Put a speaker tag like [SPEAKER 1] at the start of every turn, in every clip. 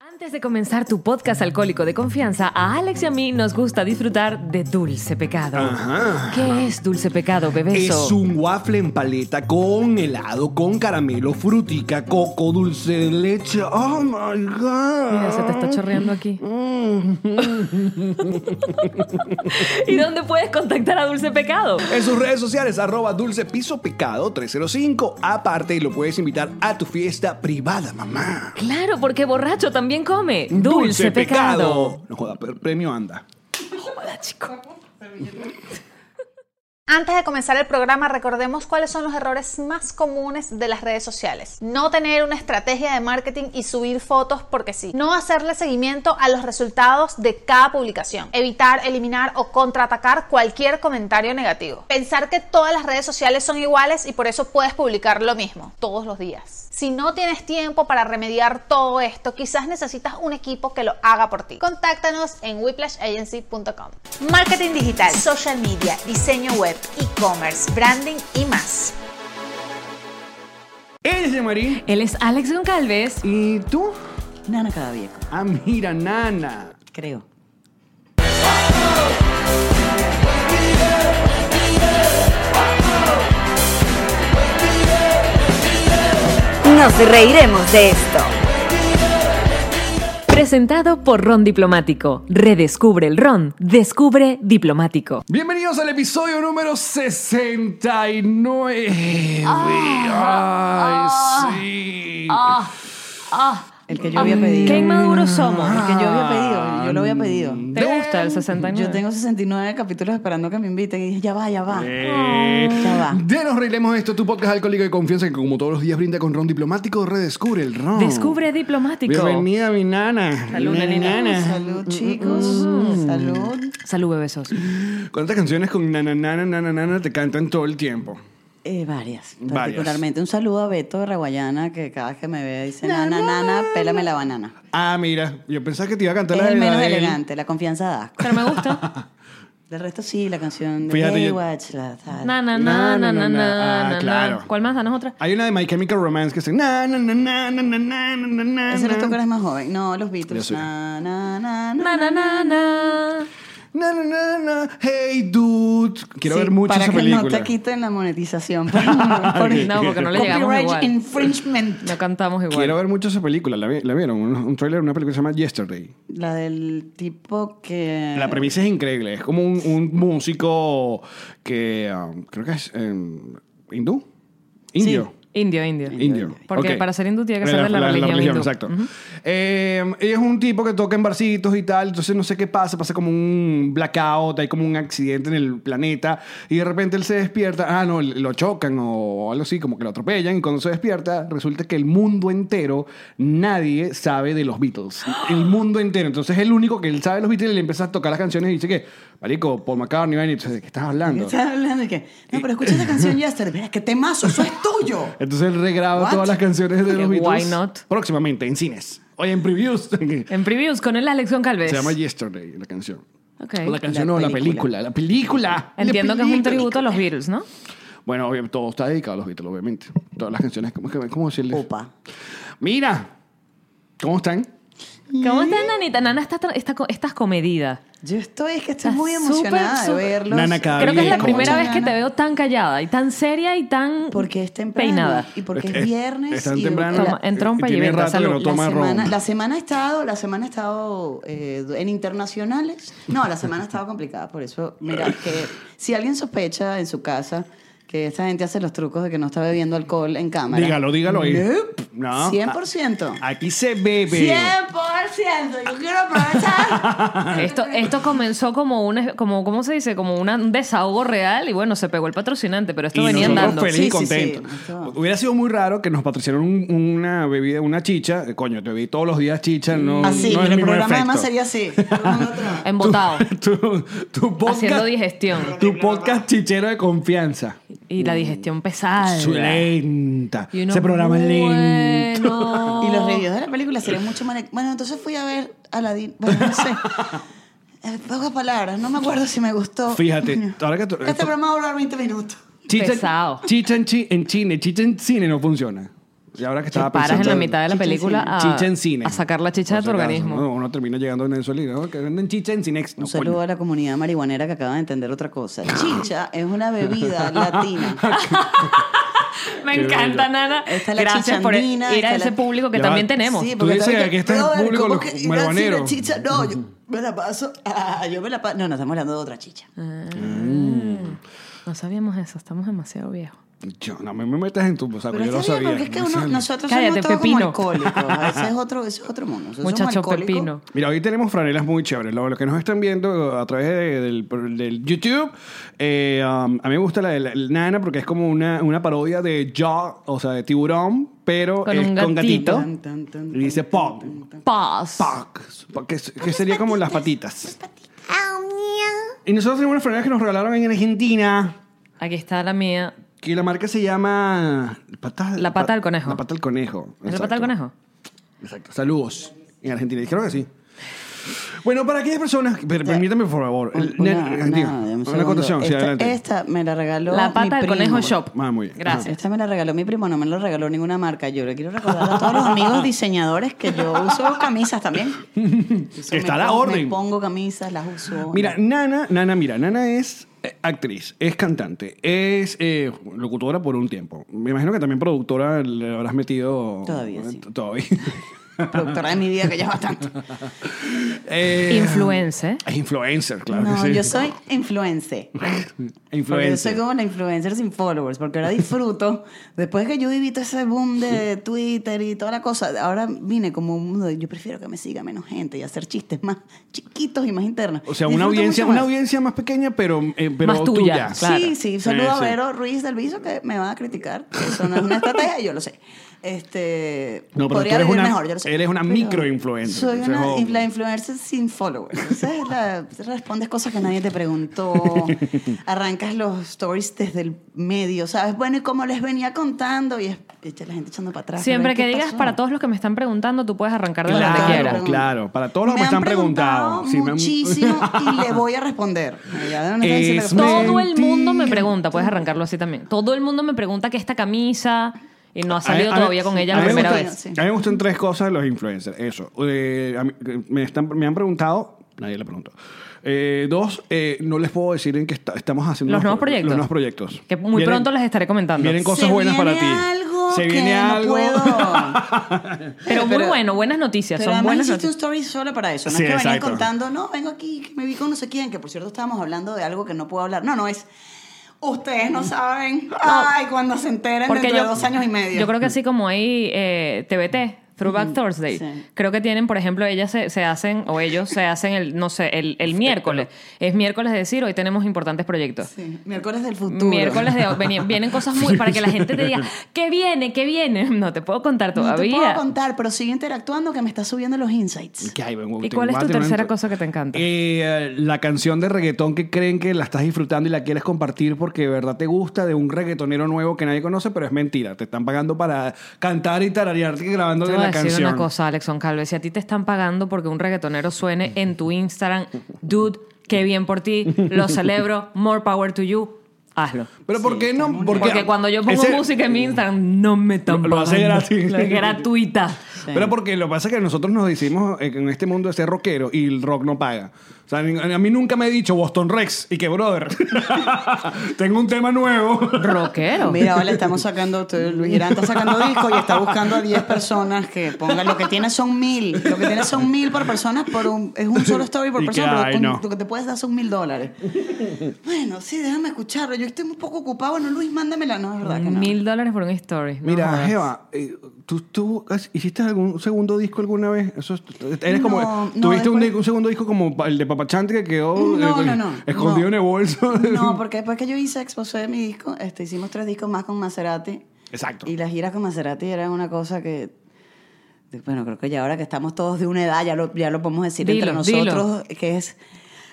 [SPEAKER 1] Antes de comenzar tu podcast alcohólico de confianza, a Alex y a mí nos gusta disfrutar de Dulce Pecado.
[SPEAKER 2] Ajá.
[SPEAKER 1] ¿Qué es Dulce Pecado, bebeso?
[SPEAKER 2] Ah, Es un waffle en paleta con helado, con caramelo, frutica, coco, dulce de leche. Oh my God. Mm.
[SPEAKER 1] Mira, se te está chorreando aquí. ¿Y dónde puedes contactar a Dulce Pecado?
[SPEAKER 2] En sus redes sociales, arroba dulce piso pecado 305. Aparte, lo puedes invitar a tu fiesta privada, mamá.
[SPEAKER 1] Claro, porque borracho también come. Dulce, Pecado.
[SPEAKER 2] No joda, per- premio anda.
[SPEAKER 1] Joda, chico.
[SPEAKER 3] Antes de comenzar el programa, recordemos cuáles son los errores más comunes de las redes sociales. No tener una estrategia de marketing y subir fotos porque sí. No hacerle seguimiento a los resultados de cada publicación. Evitar, eliminar o contraatacar cualquier comentario negativo. Pensar que todas las redes sociales son iguales y por eso puedes publicar lo mismo todos los días. Si no tienes tiempo para remediar todo esto, quizás necesitas un equipo que lo haga por ti. Contáctanos en whiplashagency.com. Marketing digital, social media, diseño web, e-commerce, branding y más.
[SPEAKER 2] Él es Marí.
[SPEAKER 1] Él es Alex Goncalves.
[SPEAKER 2] ¿Y tú?
[SPEAKER 4] Nana cada viejo,
[SPEAKER 2] Ah, mira, nana.
[SPEAKER 4] creo.
[SPEAKER 5] Nos reiremos de esto.
[SPEAKER 1] Presentado por Ron Diplomático. Redescubre el Ron. Descubre Diplomático.
[SPEAKER 2] Bienvenidos al episodio número 69.
[SPEAKER 1] Ah,
[SPEAKER 2] Ay, sí.
[SPEAKER 4] El
[SPEAKER 2] Mm.
[SPEAKER 4] que yo había pedido.
[SPEAKER 1] Qué inmaduros somos. Mm.
[SPEAKER 4] El que yo
[SPEAKER 2] Ah.
[SPEAKER 4] había pedido, yo lo había pedido.
[SPEAKER 2] mm.
[SPEAKER 1] ¿Te gusta el 69?
[SPEAKER 4] Yo tengo 69 capítulos esperando que me inviten y dije, ya va, ya va.
[SPEAKER 2] Eh,
[SPEAKER 4] Ya va.
[SPEAKER 2] De Nos Reiremos de Esto, tu podcast alcohólico de confianza que como todos los días brinda con ron diplomático, redescubre el ron.
[SPEAKER 1] Descubre Diplomático.
[SPEAKER 2] Bienvenida, mi nana.
[SPEAKER 1] Salud,
[SPEAKER 2] Mi
[SPEAKER 1] nenina.
[SPEAKER 4] Salud,
[SPEAKER 1] Mm,
[SPEAKER 4] chicos. Salud.
[SPEAKER 1] Salud, bebesos.
[SPEAKER 2] ¿Cuántas canciones con nana, nana, nana, nana te cantan todo el tiempo?
[SPEAKER 4] Eh, varias,
[SPEAKER 2] Varias.
[SPEAKER 4] particularmente. Un saludo a Beto de Raguayana, que cada vez que me ve dice, nana, nana, pélame la banana.
[SPEAKER 2] Ah, mira, yo pensaba que te iba a cantar
[SPEAKER 4] Es
[SPEAKER 2] la de
[SPEAKER 4] el
[SPEAKER 2] la
[SPEAKER 4] menos
[SPEAKER 2] de él.
[SPEAKER 4] elegante, la confianza da.
[SPEAKER 1] Pero me gusta.
[SPEAKER 4] Del resto sí, la canción de
[SPEAKER 2] Fíjate, yo-
[SPEAKER 4] Baywatch, la tal.
[SPEAKER 1] Na, na, na, na, na, na, na.
[SPEAKER 2] Ah, claro.
[SPEAKER 1] ¿Cuál más? Danos otra.
[SPEAKER 2] Hay una de My Chemical Romance que dice na, na, na, na, na, na, na, na, na,
[SPEAKER 4] Ese eres tú que
[SPEAKER 2] na.
[SPEAKER 4] eres más joven. No, los
[SPEAKER 2] Yo
[SPEAKER 4] Beatles.
[SPEAKER 2] soy.
[SPEAKER 4] Na, na, na,
[SPEAKER 1] Na,
[SPEAKER 4] na.
[SPEAKER 1] na, na, na.
[SPEAKER 2] Na, na, na, na. Hey, dude. Quiero
[SPEAKER 4] Sí,
[SPEAKER 2] ver mucho
[SPEAKER 4] para
[SPEAKER 2] esa
[SPEAKER 4] que
[SPEAKER 2] película. Ah,
[SPEAKER 4] no te quiten la monetización. por-
[SPEAKER 1] No, porque no le llegamos
[SPEAKER 4] Copyright
[SPEAKER 1] igual.
[SPEAKER 4] infringement.
[SPEAKER 1] No cantamos igual.
[SPEAKER 2] Quiero ver mucho esa película. ¿La, vi- la vieron? Un, un tráiler de una película que se llama Yesterday.
[SPEAKER 4] La del tipo que...
[SPEAKER 2] La premisa es increíble. Es como un, un músico que um, creo que es em, hindú. Indio.
[SPEAKER 1] Indio, indio.
[SPEAKER 2] Indio.
[SPEAKER 1] Porque
[SPEAKER 2] Ok.
[SPEAKER 1] para ser hindú tiene que ser de la, religión. hindú.
[SPEAKER 2] Exacto. Eh, y es un tipo que toca en barcitos y tal. Entonces no sé qué pasa. Pasa como un blackout. Hay como un accidente en el planeta. Y de repente él se despierta. Ah, no, lo chocan o algo así. Como que lo atropellan. Y cuando se despierta, resulta que el mundo entero, nadie sabe de los Beatles. El mundo entero. Entonces es el único que él sabe de los Beatles. Y le empieza a tocar las canciones y dice que, Marico, Paul McCartney, vaina", y entonces, ¿de qué estás hablando?
[SPEAKER 4] Estás hablando de que... No, pero escucha esta canción Yesterday. Es que temazo, eso es tuyo.
[SPEAKER 2] Entonces él regraba
[SPEAKER 4] What?
[SPEAKER 2] todas las canciones de
[SPEAKER 1] Que
[SPEAKER 2] los Beatles.
[SPEAKER 1] Eh, why not? Pues,
[SPEAKER 2] Próximamente en cines. Hoy en previews. Se
[SPEAKER 1] En previews con el Alex Goncalves.
[SPEAKER 2] llama Yesterday la canción.
[SPEAKER 1] Ok.
[SPEAKER 2] O La canción
[SPEAKER 4] La
[SPEAKER 2] no,
[SPEAKER 4] película.
[SPEAKER 2] la película. La película.
[SPEAKER 1] eh, Entiendo
[SPEAKER 2] La
[SPEAKER 1] que es un
[SPEAKER 2] película.
[SPEAKER 1] tributo a los Beatles, ¿no?
[SPEAKER 2] Bueno, obviamente todo está dedicado a los Beatles, obviamente. Todas las canciones, ¿cómo, es que- cómo decirles?
[SPEAKER 4] Opa.
[SPEAKER 2] Mira, ¿cómo están?
[SPEAKER 1] ¿Cómo estás, Nanita? Nana, estás, tra- está co- estás comedida.
[SPEAKER 4] Yo estoy, es que estoy
[SPEAKER 1] Estás
[SPEAKER 4] muy
[SPEAKER 1] súper,
[SPEAKER 4] emocionada de
[SPEAKER 1] súper-
[SPEAKER 4] verlos.
[SPEAKER 2] Nana cada
[SPEAKER 1] Creo que es la
[SPEAKER 2] bien,
[SPEAKER 1] primera
[SPEAKER 2] ¿cómo?
[SPEAKER 1] vez que te veo tan callada y tan seria y tan
[SPEAKER 4] Porque es temprano.
[SPEAKER 1] peinada.
[SPEAKER 4] Y porque
[SPEAKER 2] Eh,
[SPEAKER 4] es viernes.
[SPEAKER 2] Están
[SPEAKER 4] y
[SPEAKER 2] temprano.
[SPEAKER 1] Toma, en trompa y
[SPEAKER 2] Tiene
[SPEAKER 1] venta,
[SPEAKER 2] rato que
[SPEAKER 1] salud.
[SPEAKER 2] no
[SPEAKER 4] La
[SPEAKER 2] toma
[SPEAKER 4] semana,
[SPEAKER 2] ron.
[SPEAKER 4] la semana ha estado, la semana ha estado eh, en internacionales. No, la semana ha estado complicada. Por eso, mira, que si alguien sospecha en su casa que esta gente hace los trucos de que no está bebiendo alcohol en cámara.
[SPEAKER 2] Dígalo, dígalo ahí.
[SPEAKER 4] Nope.
[SPEAKER 2] No. Ah,
[SPEAKER 4] 100%.
[SPEAKER 2] Aquí se bebe.
[SPEAKER 4] 100%. Yo quiero aprovechar.
[SPEAKER 2] Ah.
[SPEAKER 1] esto, esto comenzó como un, como, ¿cómo se dice? Como una- un desahogo real y bueno, se pegó el patrocinante, pero esto
[SPEAKER 2] Y
[SPEAKER 1] venía
[SPEAKER 2] nosotros
[SPEAKER 1] andando.
[SPEAKER 2] feliz y
[SPEAKER 4] Sí, sí, sí.
[SPEAKER 2] contento.
[SPEAKER 4] Esto-
[SPEAKER 2] Hubiera sido muy raro que nos patrocinaron un- una bebida, una chicha. Eh, Coño, te bebí todos los días chicha. No,
[SPEAKER 4] Mm. Así,
[SPEAKER 2] no es
[SPEAKER 4] pero el
[SPEAKER 2] mismo
[SPEAKER 4] programa además
[SPEAKER 2] efecto.
[SPEAKER 4] sería así. Uno, otro.
[SPEAKER 1] Embotado.
[SPEAKER 2] Tu, tu podcast,
[SPEAKER 1] Haciendo digestión.
[SPEAKER 2] Tu podcast chichero de confianza.
[SPEAKER 1] Y la digestión pesada.
[SPEAKER 2] Mm. Su lenta.
[SPEAKER 1] Y uno,
[SPEAKER 2] Ese programa es lento.
[SPEAKER 1] bueno.
[SPEAKER 4] Y los reviews de la película serían mucho más... Bueno, entonces fui a ver Aladdin. Bueno, no sé. Eh, Pocas palabras. No me acuerdo si me gustó.
[SPEAKER 2] Fíjate,
[SPEAKER 4] Coño.
[SPEAKER 2] ahora que tú-
[SPEAKER 4] Este programa va a durar 20 minutos.
[SPEAKER 2] chicha,
[SPEAKER 1] Pesado.
[SPEAKER 2] chicha en, chi- en cine, chicha en cine no funciona. Y ahora que estaba
[SPEAKER 1] paras
[SPEAKER 2] pensando-
[SPEAKER 1] en la mitad de la
[SPEAKER 4] chicha en
[SPEAKER 1] película
[SPEAKER 4] cine.
[SPEAKER 1] a,
[SPEAKER 2] Chicha en cine.
[SPEAKER 1] a sacar la chicha de
[SPEAKER 2] Por
[SPEAKER 1] tu
[SPEAKER 2] si acaso,
[SPEAKER 1] organismo.
[SPEAKER 2] ¿no? Uno termina llegando a Venezuela y ¿no? que venden chicha en Cinex. No,
[SPEAKER 4] Un saludo
[SPEAKER 2] coño.
[SPEAKER 4] a la comunidad marihuanera que acaba de entender otra cosa. Chicha es una bebida latina.
[SPEAKER 1] Me
[SPEAKER 2] Qué
[SPEAKER 1] encanta,
[SPEAKER 2] bello.
[SPEAKER 1] Nana.
[SPEAKER 4] Está la
[SPEAKER 1] Gracias
[SPEAKER 4] chicha
[SPEAKER 1] por ir
[SPEAKER 4] andina,
[SPEAKER 1] a
[SPEAKER 4] está
[SPEAKER 1] ese
[SPEAKER 4] la-
[SPEAKER 1] público que
[SPEAKER 2] Ya va.
[SPEAKER 1] también tenemos.
[SPEAKER 2] Tú dices
[SPEAKER 4] también
[SPEAKER 2] que está en
[SPEAKER 4] Robert,
[SPEAKER 2] público
[SPEAKER 4] ¿cómo
[SPEAKER 2] los
[SPEAKER 4] que ir a
[SPEAKER 2] marihuaneros.
[SPEAKER 4] decirle chicha? No, yo me la paso. Ah, yo me la paso. No, no, estamos hablando de otra chicha.
[SPEAKER 2] Ah,
[SPEAKER 1] Ah. No sabíamos eso, estamos demasiado viejos.
[SPEAKER 2] Yo, no me, me metas en tu saco,
[SPEAKER 4] Pero
[SPEAKER 2] yo lo
[SPEAKER 4] está
[SPEAKER 2] sabía.
[SPEAKER 4] bien, porque es que
[SPEAKER 2] no
[SPEAKER 4] uno,
[SPEAKER 2] sé.
[SPEAKER 4] nosotros
[SPEAKER 1] Cállate,
[SPEAKER 4] somos todos
[SPEAKER 1] pepino.
[SPEAKER 4] como alcohólicos. Ese es otro, ese es otro mundo. Nosotros somos
[SPEAKER 1] Muchacho
[SPEAKER 4] alcohólicos.
[SPEAKER 1] Pepino.
[SPEAKER 2] Mira, hoy tenemos franelas muy chéveres. Lo, lo que nos están viendo a través de- del, del YouTube, eh, um, a mí me gusta la de la- el Nana porque es como una, una parodia de Jaw, o sea, de tiburón, pero
[SPEAKER 1] Con
[SPEAKER 2] es
[SPEAKER 1] un
[SPEAKER 2] con
[SPEAKER 1] gatito.
[SPEAKER 2] gatito.
[SPEAKER 4] Tan, tan, tan,
[SPEAKER 2] Y dice
[SPEAKER 4] tan,
[SPEAKER 2] Pog.
[SPEAKER 4] tan, tan, tan.
[SPEAKER 1] Paz.
[SPEAKER 2] Pog. Que, que sería como las patitas. Y nosotros tenemos unas franelas que nos regalaron en Argentina.
[SPEAKER 1] Aquí está la mía.
[SPEAKER 2] Que la marca se llama... Pata-
[SPEAKER 1] La pata del conejo.
[SPEAKER 2] La pata del conejo.
[SPEAKER 1] ¿Es la
[SPEAKER 2] exacto.
[SPEAKER 1] pata del conejo?
[SPEAKER 2] Exacto. Saludos. En Argentina. Dijeron que sí. Bueno, para aquellas personas, per- permítame por favor. El-
[SPEAKER 4] Eh, Una,
[SPEAKER 2] ne-
[SPEAKER 4] una,
[SPEAKER 2] digo,
[SPEAKER 4] dame un
[SPEAKER 2] una
[SPEAKER 4] segundo. Este,
[SPEAKER 2] acotación, sí,
[SPEAKER 4] Esta-
[SPEAKER 2] adelante.
[SPEAKER 4] Esta me la regaló
[SPEAKER 1] La
[SPEAKER 4] mi
[SPEAKER 1] pata del
[SPEAKER 4] primo.
[SPEAKER 1] conejo shop.
[SPEAKER 2] Ah, muy bien.
[SPEAKER 1] Gracias.
[SPEAKER 4] Esta me la regaló mi primo, no me la regaló ninguna marca. Yo le quiero recordar a todos los amigos diseñadores que yo uso camisas también. Eso
[SPEAKER 2] Está
[SPEAKER 4] me
[SPEAKER 2] la
[SPEAKER 4] pongo-
[SPEAKER 2] orden.
[SPEAKER 4] Me pongo camisas, las uso.
[SPEAKER 2] Mira, Nana, Nana, mira, Nana es eh, actriz, es cantante, es eh, locutora por un tiempo. Me imagino que también productora le habrás metido...
[SPEAKER 4] Todavía, sí.
[SPEAKER 2] eh, Todavía.
[SPEAKER 4] Productora de mi vida que ya es bastante.
[SPEAKER 2] Eh,
[SPEAKER 1] Influencer.
[SPEAKER 2] Es influencer, claro
[SPEAKER 4] no,
[SPEAKER 2] que sí.
[SPEAKER 4] yo soy influencer. Porque yo soy
[SPEAKER 2] Influencer.
[SPEAKER 4] como la influencer sin followers, porque ahora disfruto. Después que yo viví todo ese boom de Twitter y toda la cosa, ahora vine como un mundo de, yo prefiero que me siga menos gente y hacer chistes más chiquitos y más internos.
[SPEAKER 2] O sea, una
[SPEAKER 4] Disfruto
[SPEAKER 2] audiencia,
[SPEAKER 4] mucho
[SPEAKER 2] una
[SPEAKER 4] más.
[SPEAKER 2] audiencia más pequeña, pero, eh, pero
[SPEAKER 1] Más tuya, claro.
[SPEAKER 4] Sí, sí. Saludo
[SPEAKER 2] Sí,
[SPEAKER 4] a
[SPEAKER 2] sí.
[SPEAKER 4] Vero Ruiz del Viso que me va a criticar. Eso no es una estrategia, yo lo sé. Este,
[SPEAKER 2] No, pero
[SPEAKER 4] podría
[SPEAKER 2] tú eres
[SPEAKER 4] vivir
[SPEAKER 2] una-
[SPEAKER 4] mejor, yo lo sé.
[SPEAKER 2] eres una
[SPEAKER 4] Pero
[SPEAKER 2] microinfluencer,
[SPEAKER 4] Soy
[SPEAKER 2] entonces,
[SPEAKER 4] una
[SPEAKER 2] oh.
[SPEAKER 4] infla- influencer sin followers. O sea, es la- respondes cosas que nadie te preguntó. Arrancas los stories desde el medio, ¿sabes? Bueno, y como les venía contando, y es, echa la gente echando para atrás.
[SPEAKER 1] Siempre
[SPEAKER 4] ¿verdad?
[SPEAKER 1] que
[SPEAKER 4] ¿Qué
[SPEAKER 1] digas
[SPEAKER 4] pasó?
[SPEAKER 1] para todos los que me están preguntando, tú puedes arrancar de
[SPEAKER 2] Claro,
[SPEAKER 1] donde
[SPEAKER 2] claro,
[SPEAKER 1] quieras.
[SPEAKER 2] claro. Para todos los que me
[SPEAKER 4] han
[SPEAKER 2] están preguntado. Sí, me han-
[SPEAKER 4] muchísimo y le voy a responder. Ya no sé si le
[SPEAKER 2] Es
[SPEAKER 4] respondí.
[SPEAKER 1] Todo el mundo me
[SPEAKER 2] Mentira.
[SPEAKER 1] pregunta, puedes arrancarlo así también. Todo el mundo me pregunta que esta camisa y no ha
[SPEAKER 2] A
[SPEAKER 1] salido
[SPEAKER 2] mí- a
[SPEAKER 1] todavía
[SPEAKER 2] mí-
[SPEAKER 1] con ella
[SPEAKER 2] a
[SPEAKER 1] la
[SPEAKER 2] mí me
[SPEAKER 1] primera
[SPEAKER 2] gustan-
[SPEAKER 1] vez.
[SPEAKER 4] Sí.
[SPEAKER 2] A mí me gustan tres cosas de los influencers. Eso. Eh, a mí- me, están, me han preguntado, nadie le preguntó. Eh, dos, eh, no les puedo decir en qué está- estamos haciendo
[SPEAKER 1] Los nuevos proyectos.
[SPEAKER 2] Los nuevos proyectos.
[SPEAKER 1] Que muy
[SPEAKER 2] Vienen-
[SPEAKER 1] pronto les estaré comentando.
[SPEAKER 2] Vienen cosas
[SPEAKER 4] Se
[SPEAKER 2] buenas para ti.
[SPEAKER 4] viene algo
[SPEAKER 2] Se
[SPEAKER 4] que
[SPEAKER 2] viene
[SPEAKER 4] no
[SPEAKER 2] algo.
[SPEAKER 4] puedo.
[SPEAKER 1] Pero muy
[SPEAKER 4] Pero-
[SPEAKER 1] bueno, buenas noticias.
[SPEAKER 4] Pero
[SPEAKER 1] Son
[SPEAKER 4] además
[SPEAKER 1] buenas
[SPEAKER 4] hiciste un
[SPEAKER 1] noticias.
[SPEAKER 4] story solo para eso. No
[SPEAKER 2] Sí,
[SPEAKER 4] es que venía
[SPEAKER 2] exacto.
[SPEAKER 4] contando, no, vengo aquí, que me vi con no sé quién, que por cierto estábamos hablando de algo que no puedo hablar. No, no, es... Ustedes no saben. Ay, cuando se enteren dentro de dos años y medio. Mm,
[SPEAKER 1] Yo creo que así como hay eh, TBT, Throwback Thursday,
[SPEAKER 4] sí.
[SPEAKER 1] creo que tienen, por ejemplo, ellas se, se hacen, o ellos se hacen el, no sé, el, el miércoles. Es miércoles de decir, hoy tenemos importantes proyectos.
[SPEAKER 4] Sí, miércoles del futuro.
[SPEAKER 1] Miércoles de veni- vienen cosas muy para que la gente te diga qué viene, qué viene. No te puedo contar
[SPEAKER 4] No te
[SPEAKER 1] todavía.
[SPEAKER 4] puedo contar, pero sigue interactuando que me está subiendo los insights.
[SPEAKER 2] ¿Qué hay, Bengo?
[SPEAKER 1] ¿Y
[SPEAKER 2] Te
[SPEAKER 1] cuál es
[SPEAKER 2] voy a
[SPEAKER 1] tu
[SPEAKER 2] tener-
[SPEAKER 1] tercera cosa que te encanta?
[SPEAKER 2] Eh, la canción de reggaetón que creen que la estás disfrutando y la quieres compartir porque de verdad te gusta de un reggaetonero nuevo que nadie conoce, pero es mentira. Te están pagando para cantar y tararearte grabando
[SPEAKER 1] Te voy a
[SPEAKER 2] la
[SPEAKER 1] decir
[SPEAKER 2] canción.
[SPEAKER 1] una cosa, Alexon Calves. Si a ti te están pagando porque un reggaetonero suene en tu Instagram, dude, qué bien por ti, lo celebro, more power to you, hazlo.
[SPEAKER 2] Pero ¿por qué no? Porque,
[SPEAKER 1] Porque cuando yo pongo
[SPEAKER 2] ese-
[SPEAKER 1] música en mi Instagram, no me están
[SPEAKER 2] Lo- lo hace
[SPEAKER 1] pagando.
[SPEAKER 2] gratis.
[SPEAKER 1] Lo es gratuita.
[SPEAKER 2] Pero porque lo que pasa es que nosotros nos decimos eh, que en este mundo de ser rockero y el rock no paga. O sea, ni- a mí nunca me he dicho Boston Rex y que brother, tengo un tema nuevo.
[SPEAKER 1] Rockero.
[SPEAKER 4] Mira, ahora le estamos sacando, tú- Luis Irán está sacando disco y está buscando a 10 personas que pongan, lo que tiene son mil, lo que tiene son mil por persona, por un, es un solo story por
[SPEAKER 2] Y que,
[SPEAKER 4] persona, pero
[SPEAKER 2] ay,
[SPEAKER 4] con-
[SPEAKER 2] no.
[SPEAKER 4] lo que te puedes dar son mil dólares. Bueno, sí, déjame escucharlo, yo estoy un poco ocupado, bueno, Luis, mándamela, no, es verdad que no.
[SPEAKER 1] Mil dólares por un story. No
[SPEAKER 2] Mira,
[SPEAKER 1] jodas.
[SPEAKER 2] Jeva, eh, ¿tú, tú has- hiciste algún segundo disco alguna vez? Eso es- eres como, eh,
[SPEAKER 4] No, no,
[SPEAKER 2] tuviste un,
[SPEAKER 4] después-
[SPEAKER 2] disco- un segundo disco como pa- el de Papachante que quedó
[SPEAKER 4] No,
[SPEAKER 2] eh,
[SPEAKER 4] no, no.
[SPEAKER 2] escondido
[SPEAKER 4] no.
[SPEAKER 2] en el bolso.
[SPEAKER 4] No, porque después que yo hice exposé de mi disco, este, hicimos tres discos más con Maserati.
[SPEAKER 2] Exacto.
[SPEAKER 4] Y las giras con Maserati eran una cosa que. de- Bueno, creo que ya ahora que estamos todos de una edad, ya lo, ya lo podemos decir entre
[SPEAKER 1] Dilo, dilo.
[SPEAKER 4] nosotros, que es.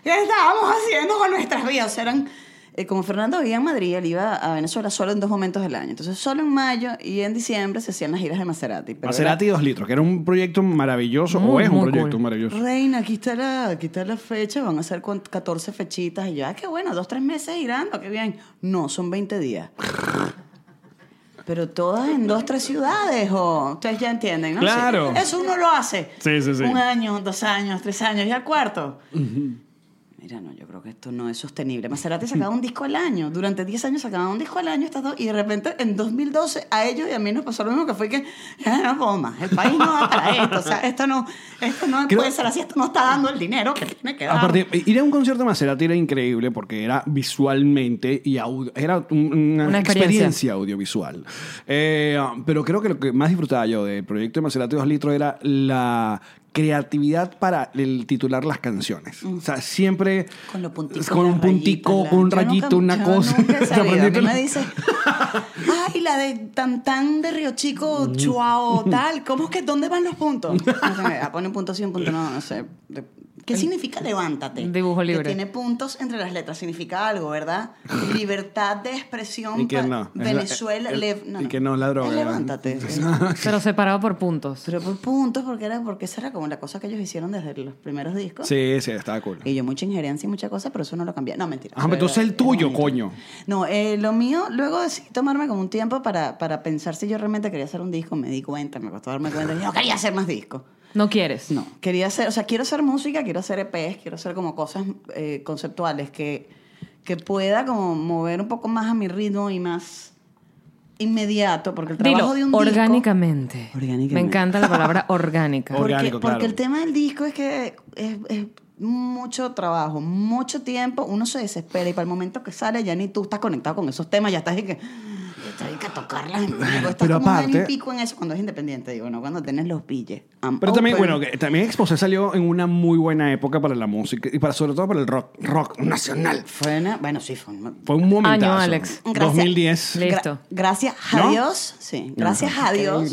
[SPEAKER 4] ¿Qué estábamos haciendo con nuestras vidas? O sea, eran. eh, como Fernando vivía en Madrid, él iba a Venezuela solo en dos momentos del año. Entonces, solo en mayo y en diciembre se hacían las giras de Maserati. Pero era-
[SPEAKER 2] Maserati 2 litros, que era un proyecto maravilloso, o
[SPEAKER 1] Muy,
[SPEAKER 2] es un
[SPEAKER 1] muy
[SPEAKER 2] proyecto
[SPEAKER 1] cool.
[SPEAKER 2] maravilloso.
[SPEAKER 4] Reina, aquí está, la, aquí está la fecha, van a ser cuan- 14 fechitas. Y yo, ah, qué bueno, dos, tres meses girando, qué bien. No, son 20 días. Pero todas en dos, tres ciudades, o ustedes ya entienden, ¿no?
[SPEAKER 2] Claro.
[SPEAKER 4] Sí. Eso uno lo hace.
[SPEAKER 2] Sí, sí, sí.
[SPEAKER 4] Un año, dos años, tres años, ya cuarto. Mira, no, yo creo que esto no es sostenible. Maserati sacaba un disco al año. Durante 10 años sacaba un disco al año estas dos. Y de repente, en 2012, a ellos y a mí nos pasó lo mismo que fue que, "Ah, no puedo más. El país no da para esto. O sea, esto no, esto no
[SPEAKER 2] Creo-
[SPEAKER 4] puede ser así. Esto no está dando el dinero que tiene que dar.
[SPEAKER 2] Aparte, ir a un concierto de Maserati era increíble porque era visualmente y audio- era un- una,
[SPEAKER 1] Una
[SPEAKER 2] experiencia.
[SPEAKER 1] experiencia.
[SPEAKER 2] audiovisual. Eh, pero creo que lo que más disfrutaba yo del proyecto de Maserati 2 litros era la creatividad para el titular las canciones. O sea, siempre
[SPEAKER 4] Mm. Con los punticos.
[SPEAKER 2] con un
[SPEAKER 4] las rayitas,
[SPEAKER 2] puntico,
[SPEAKER 4] la-
[SPEAKER 2] con un
[SPEAKER 4] yo
[SPEAKER 2] rayito,
[SPEAKER 4] nunca-
[SPEAKER 2] una
[SPEAKER 4] yo
[SPEAKER 2] cosa.
[SPEAKER 4] nunca he
[SPEAKER 2] Te
[SPEAKER 4] sabido. A
[SPEAKER 2] aprendiste
[SPEAKER 4] mí me
[SPEAKER 2] el-
[SPEAKER 4] dice, ay, la de tan tan de Río Chico, Chuao,
[SPEAKER 2] Mm.
[SPEAKER 4] tal. ¿Cómo es que dónde van los puntos? No sé, ah, pone un punto sí, un punto no, no sé. De- ¿Qué significa levántate?
[SPEAKER 1] Dibujo libre.
[SPEAKER 4] Que tiene puntos entre las letras, significa algo, ¿verdad? Libertad de expresión.
[SPEAKER 2] Y que
[SPEAKER 4] pa-
[SPEAKER 2] no, es la-
[SPEAKER 4] Venezuela.
[SPEAKER 2] el-
[SPEAKER 4] lev-
[SPEAKER 2] y que no, la droga.
[SPEAKER 4] Es levántate.
[SPEAKER 1] Pero separado por puntos.
[SPEAKER 4] Pero por puntos, porque era, porque esa era como la cosa que ellos hicieron desde los primeros discos.
[SPEAKER 2] Sí, sí, estaba cool.
[SPEAKER 4] "Oh". Y yo mucha injerencia y mucha cosa, pero eso no lo cambié. No, mentira.
[SPEAKER 2] Ah, pero entonces el
[SPEAKER 4] Era- era
[SPEAKER 2] tuyo,
[SPEAKER 4] bonito.
[SPEAKER 2] coño.
[SPEAKER 4] No, eh, lo mío, luego decidí tomarme como un tiempo para, para pensar si yo realmente quería hacer un disco. Me di cuenta, me costó darme cuenta. Yo quería hacer más discos.
[SPEAKER 1] No quieres.
[SPEAKER 4] No, quería hacer, o sea, quiero hacer música, quiero hacer EPs, quiero hacer como cosas eh, conceptuales que, que pueda como mover un poco más a mi ritmo y más inmediato, porque el trabajo
[SPEAKER 1] Dilo,
[SPEAKER 4] de un disco-
[SPEAKER 1] orgánicamente.
[SPEAKER 4] Orgánicamente.
[SPEAKER 1] Me encanta la palabra orgánica.
[SPEAKER 2] Or-
[SPEAKER 4] Porque,
[SPEAKER 2] Orgánico,
[SPEAKER 4] porque
[SPEAKER 2] claro.
[SPEAKER 4] el tema del disco es que es, es mucho trabajo, mucho tiempo, uno se desespera y para el momento que sale ya ni tú estás conectado con esos temas, ya estás y que... "Yo tengo que tocarla. Estás
[SPEAKER 2] Pero
[SPEAKER 4] como un año y
[SPEAKER 2] aparte-
[SPEAKER 4] pico en eso cuando es independiente, digo, no, cuando tienes los billes. I'm
[SPEAKER 2] Pero también,
[SPEAKER 4] open.
[SPEAKER 2] bueno, que también Exposé salió en una muy buena época para la música y para sobre todo para el rock, rock nacional.
[SPEAKER 4] Fue una- bueno, sí, fue un...
[SPEAKER 2] Fue un momentazo.
[SPEAKER 1] Año, Alex.
[SPEAKER 4] Gracias.
[SPEAKER 2] 2010.
[SPEAKER 1] Le- Listo.
[SPEAKER 4] gracias a
[SPEAKER 2] ¿No?
[SPEAKER 4] Dios, sí, gracias a Dios.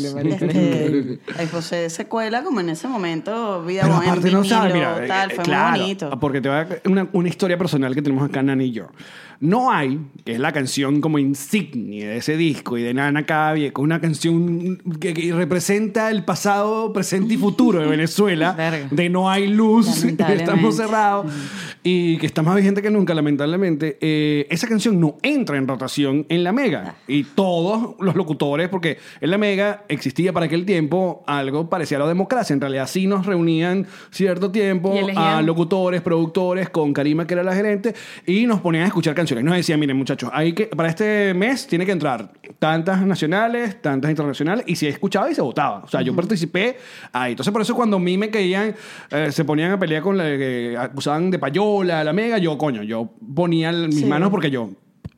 [SPEAKER 4] Este, el José se cuela como en ese momento, vida
[SPEAKER 2] Pero
[SPEAKER 4] bohemia,
[SPEAKER 2] aparte no
[SPEAKER 4] vinilo,
[SPEAKER 2] sabes, mira,
[SPEAKER 4] tal,
[SPEAKER 2] eh,
[SPEAKER 4] fue
[SPEAKER 2] claro,
[SPEAKER 4] muy bonito.
[SPEAKER 2] porque te va a una, una historia personal que tenemos acá Nani y yo. No hay, que es la canción como insignia de ese disco y de Nana Cavie, con una canción que, que representa el pasado, presente y futuro de Venezuela,
[SPEAKER 1] Verga.
[SPEAKER 2] de no hay luz,
[SPEAKER 4] Lamentablemente.
[SPEAKER 2] estamos cerrados y que está más vigente que nunca, lamentablemente. Eh, esa canción no entra en rotación en la
[SPEAKER 1] Ah.
[SPEAKER 2] Mega y todos los locutores, porque en la Mega existía para aquel tiempo algo parecido a la democracia. En realidad, sí nos reunían cierto tiempo
[SPEAKER 1] Y elegían.
[SPEAKER 2] a locutores, productores, con Karima, que era la gerente, y nos ponían a escuchar canciones. Nos decían, miren, muchachos, hay que, para este mes tiene que entrar tantas nacionales, tantas internacionales, y se escuchaba y se votaba. O sea, yo participé ahí. Entonces, por eso cuando a mí me caían, eh, se ponían a pelear con la que acusaban de payola, a la mega, yo, coño, yo ponía el- mis
[SPEAKER 4] Sí.
[SPEAKER 2] manos porque yo.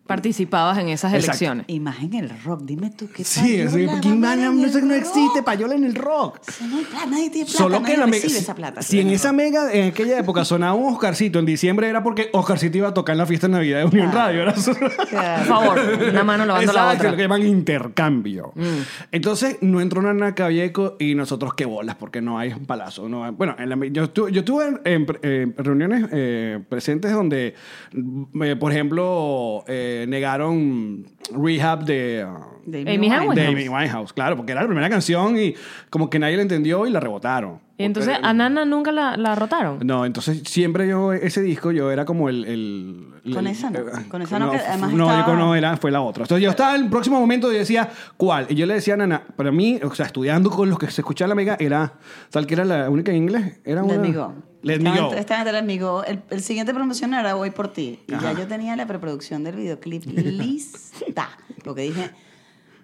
[SPEAKER 1] Participabas en esas
[SPEAKER 2] Exacto.
[SPEAKER 1] elecciones.
[SPEAKER 4] Y más en el rock, dime tú qué
[SPEAKER 2] Sí, sí,
[SPEAKER 4] payola va a
[SPEAKER 2] porque
[SPEAKER 4] haber
[SPEAKER 2] no,
[SPEAKER 4] en
[SPEAKER 2] no
[SPEAKER 4] el
[SPEAKER 2] sé que no
[SPEAKER 4] rock?
[SPEAKER 2] existe payola en el rock.
[SPEAKER 4] Sí, no hay plata, nadie tiene plata,
[SPEAKER 2] Solo que
[SPEAKER 4] nadie
[SPEAKER 2] la mega.
[SPEAKER 4] recibe esa plata.
[SPEAKER 2] Si en
[SPEAKER 4] Claro.
[SPEAKER 2] esa mega, en aquella época sonaba un Oscarcito en diciembre, era porque Oscarcito iba a tocar en la fiesta de Navidad de Unión
[SPEAKER 4] Claro.
[SPEAKER 2] Radio. Era
[SPEAKER 4] Claro.
[SPEAKER 1] Por favor, una mano lavando
[SPEAKER 2] Exacto,
[SPEAKER 1] la otra.
[SPEAKER 2] lo que llaman intercambio. Mm. Entonces, no entró Nana Cabieco y nosotros qué bolas, porque no hay un palazo. No hay- bueno, en la- yo, estu- yo estuve en, en pre- en reuniones eh, presentes donde, mm, eh, por ejemplo, eh, negaron Rehab de... uh,
[SPEAKER 4] Amy
[SPEAKER 1] Amy
[SPEAKER 4] Winehouse.
[SPEAKER 1] Winehouse.
[SPEAKER 2] de Amy Winehouse, claro, porque era la primera canción y como que nadie la entendió y la rebotaron.
[SPEAKER 1] Y entonces a Nana nunca la, la rotaron.
[SPEAKER 2] No, entonces siempre yo, ese disco, yo era como el. el- el-
[SPEAKER 4] Con esa no,
[SPEAKER 2] eh,
[SPEAKER 4] con esa no, que además
[SPEAKER 2] No,
[SPEAKER 4] estaba-
[SPEAKER 2] yo no era, fue la otra. Entonces yo estaba en el próximo momento y decía, ¿cuál? Y yo le decía a Nana, para mí, o sea, estudiando con los que se escuchaba la mega, era. ¿Tal que era la única en inglés? Era
[SPEAKER 4] Let
[SPEAKER 2] una.
[SPEAKER 4] me go.
[SPEAKER 2] Let me
[SPEAKER 4] Estaba- este-
[SPEAKER 2] go.
[SPEAKER 4] estaba en el Let me go. El, el siguiente promoción era Voy por ti. Y
[SPEAKER 2] Ajá.
[SPEAKER 4] ya yo tenía la preproducción del videoclip lista. Porque dije,